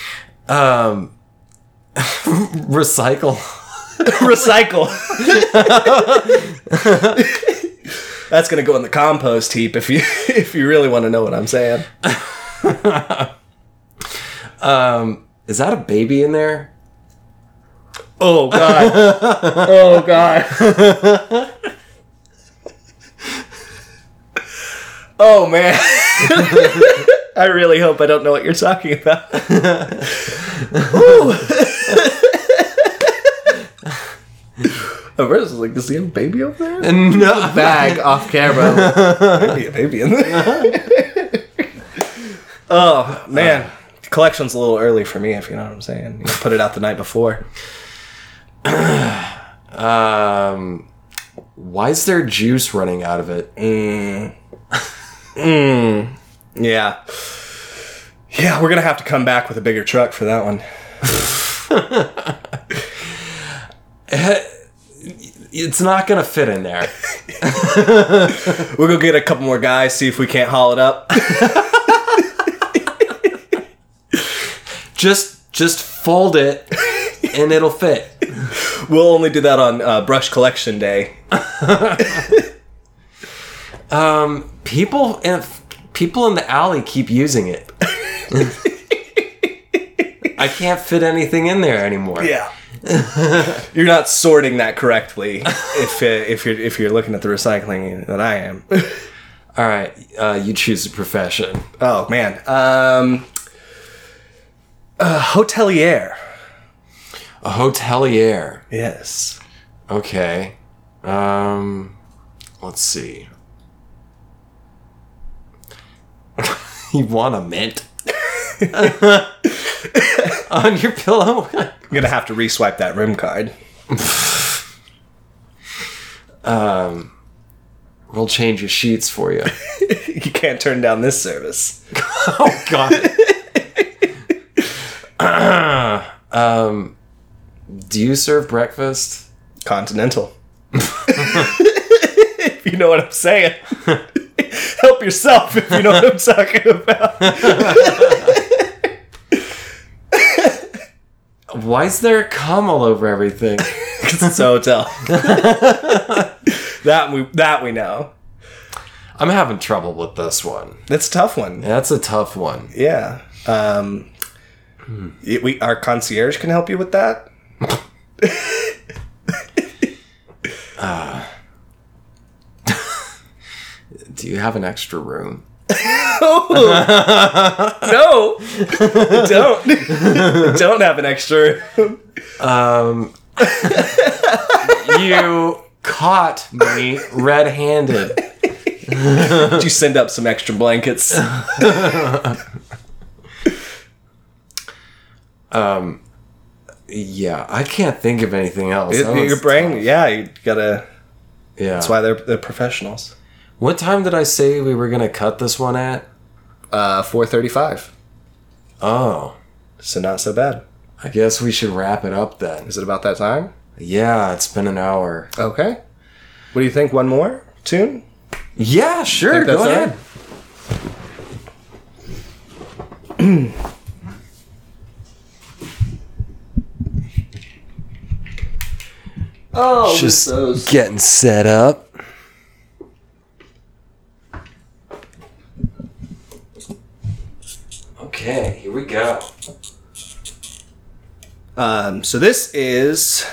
[SPEAKER 1] Recycle.
[SPEAKER 2] Recycle. that's going to go in the compost heap if you if you really want to know what I'm saying.
[SPEAKER 1] Is that a baby in there?
[SPEAKER 2] Oh god. Oh god. Oh man. I really hope I don't know what you're talking about. Woo. At first, I was Oh, like, is there a baby over there?
[SPEAKER 1] No.
[SPEAKER 3] Bag off camera.
[SPEAKER 2] Maybe a baby in there. oh, man. Collection's a little early for me, if you know what I'm saying. You put it out the night before.
[SPEAKER 1] Um, why is there juice running out of it?
[SPEAKER 2] Yeah. Yeah, we're going to have to come back with a bigger truck for that one.
[SPEAKER 1] It's not gonna fit in there.
[SPEAKER 2] We'll go get a couple more guys, see if we can't haul it up.
[SPEAKER 1] Just just fold it, and it'll fit.
[SPEAKER 2] we'll only do that on uh, brush collection day.
[SPEAKER 1] Um, people and people in the alley keep using it. I can't fit anything in there anymore.
[SPEAKER 2] Yeah. you're not sorting that correctly if uh, if you're if you're looking at the recycling that I am.
[SPEAKER 1] All right, uh, you choose a profession.
[SPEAKER 2] Oh man. Um uh, hotelier.
[SPEAKER 1] A hotelier.
[SPEAKER 2] Yes.
[SPEAKER 1] Okay. Um, let's see. you want a mint on your pillow?
[SPEAKER 2] I'm gonna have to reswipe that rim card.
[SPEAKER 1] we'll change your sheets for you.
[SPEAKER 2] you can't turn down this service.
[SPEAKER 1] oh God. um, do you serve breakfast?
[SPEAKER 2] Continental. if you know what I'm saying. Help yourself if you know what I'm talking about.
[SPEAKER 1] Why is there a cum all over everything?
[SPEAKER 2] 'Cause it's a hotel. that we that we know.
[SPEAKER 1] I'm having trouble with this one.
[SPEAKER 2] That's a tough one.
[SPEAKER 1] That's a tough one.
[SPEAKER 2] Yeah. Um, it- we our concierge can help you with that.
[SPEAKER 1] Do you have an extra room?
[SPEAKER 2] no, don't don't have an extra.
[SPEAKER 1] Um, you caught me red-handed.
[SPEAKER 2] Did you send up some extra blankets?
[SPEAKER 1] Yeah, I can't think of anything else. That
[SPEAKER 2] Your
[SPEAKER 1] was-
[SPEAKER 2] brain, yeah, you gotta.
[SPEAKER 1] Yeah.
[SPEAKER 2] That's why they're they're professionals.
[SPEAKER 1] What time did I say we were gonna cut this one at?
[SPEAKER 2] Uh, four thirty-five.
[SPEAKER 1] Oh,
[SPEAKER 2] So not so bad.
[SPEAKER 1] I guess we should wrap it up then.
[SPEAKER 2] Is it about that time?
[SPEAKER 1] Yeah, it's been an hour.
[SPEAKER 2] Okay. What do you think? One more tune?
[SPEAKER 1] Yeah, sure.
[SPEAKER 2] Think that's
[SPEAKER 1] Go
[SPEAKER 2] all right?
[SPEAKER 1] ahead.
[SPEAKER 4] Oh,
[SPEAKER 1] Just getting set up. Okay, here we go.
[SPEAKER 2] Um, so this is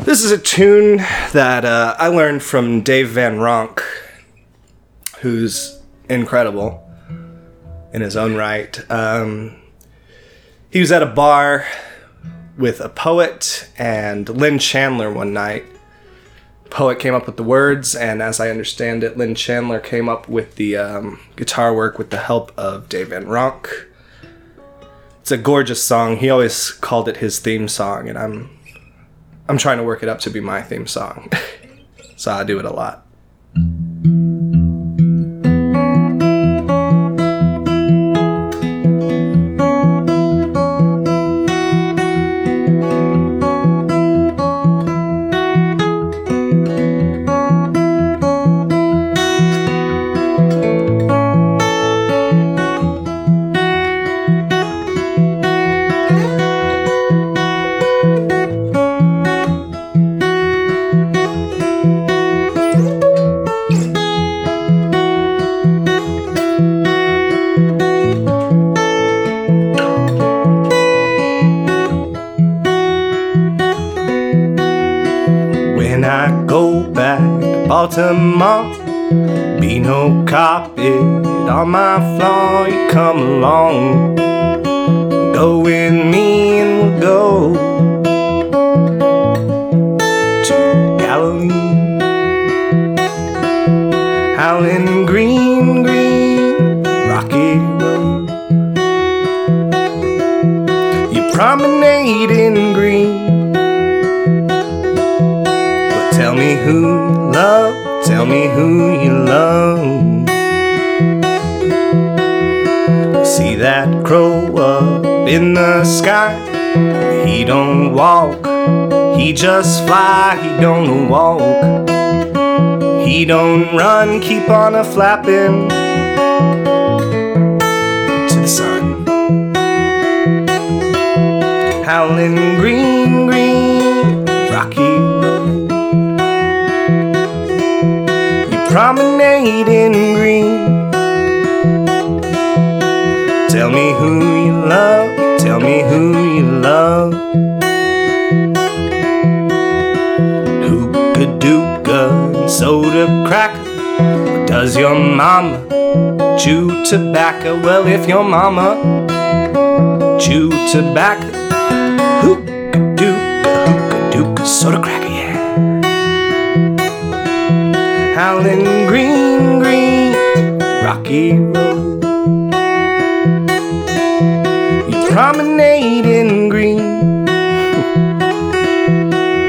[SPEAKER 2] this is a tune that uh, I learned from Dave Van Ronk, who's incredible in his own right. Um, he was at a bar with a poet and Lynn Chandler one night. Poet came up with the words, and as I understand it, Lynn Chandler came up with the um, guitar work with the help of Dave Van Ronk it's a gorgeous song. He always called it his theme song, and I'm I'm trying to work it up to be my theme song. so I do it a lot. When I go back to Baltimore, be no carpet on my floor. You come along, go with me, and we'll go to Galilee. Howling green, green, rocky road. You promenade in green. But tell me who you love, tell me who you love. See that crow up in the sky? He don't walk, he just fly, he don't walk. He don't run, keep on a flapping to the sun. Howling green, green, rocky road. You promenade in green. Tell me who you love. Tell me who you love. Hookah dooka and soda cracker. Does your mama chew tobacco? Well, if your mama chew tobacco, hookah dook, hookah dook, soda cracker, yeah. Howling green, green, rocky road. You promenade in green.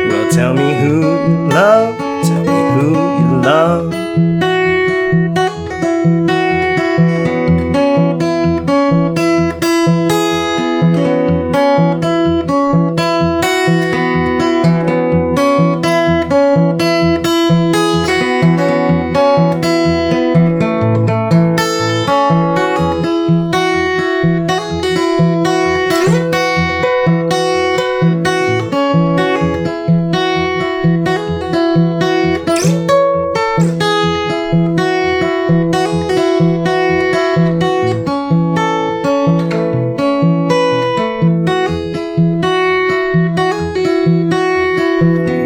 [SPEAKER 2] well, tell me who you love, tell me who you love.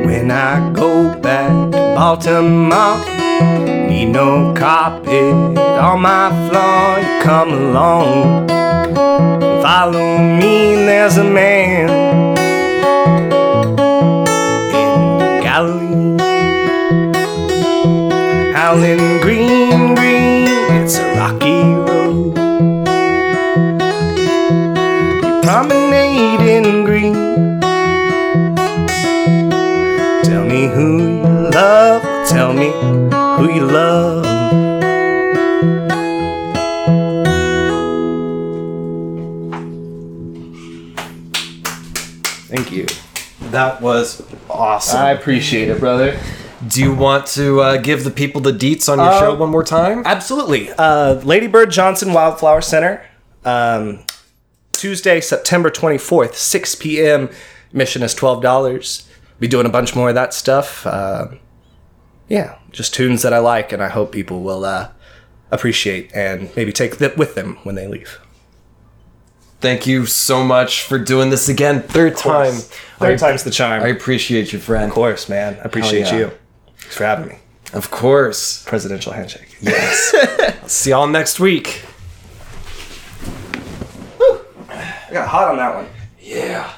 [SPEAKER 2] When I go back to Baltimore, need no carpet on my floor. You come along, follow me. There's a man in Galilee, howling green, green. It's a rocky road. You promenade in green. Tell me who you love. Tell me who you love.
[SPEAKER 5] Thank you.
[SPEAKER 1] That was awesome.
[SPEAKER 5] I appreciate it, brother.
[SPEAKER 1] Do you want to uh, give the people the deets on your
[SPEAKER 5] Uh,
[SPEAKER 1] show one more time?
[SPEAKER 5] Absolutely. Uh, Lady Bird Johnson Wildflower Center, um, Tuesday, September 24th, 6 p.m. Mission is $12. Be doing a bunch more of that stuff. Uh, yeah, just tunes that I like, and I hope people will uh, appreciate and maybe take that with them when they leave.
[SPEAKER 1] Thank you so much for doing this again, third time.
[SPEAKER 5] Third
[SPEAKER 1] I,
[SPEAKER 5] time's the charm.
[SPEAKER 1] I appreciate you, friend.
[SPEAKER 5] of course, man. I appreciate
[SPEAKER 1] yeah.
[SPEAKER 5] you. Thanks for having me.
[SPEAKER 1] Of course.
[SPEAKER 5] Presidential handshake.
[SPEAKER 1] See y'all next week.
[SPEAKER 5] I got hot on that one.
[SPEAKER 1] Yeah.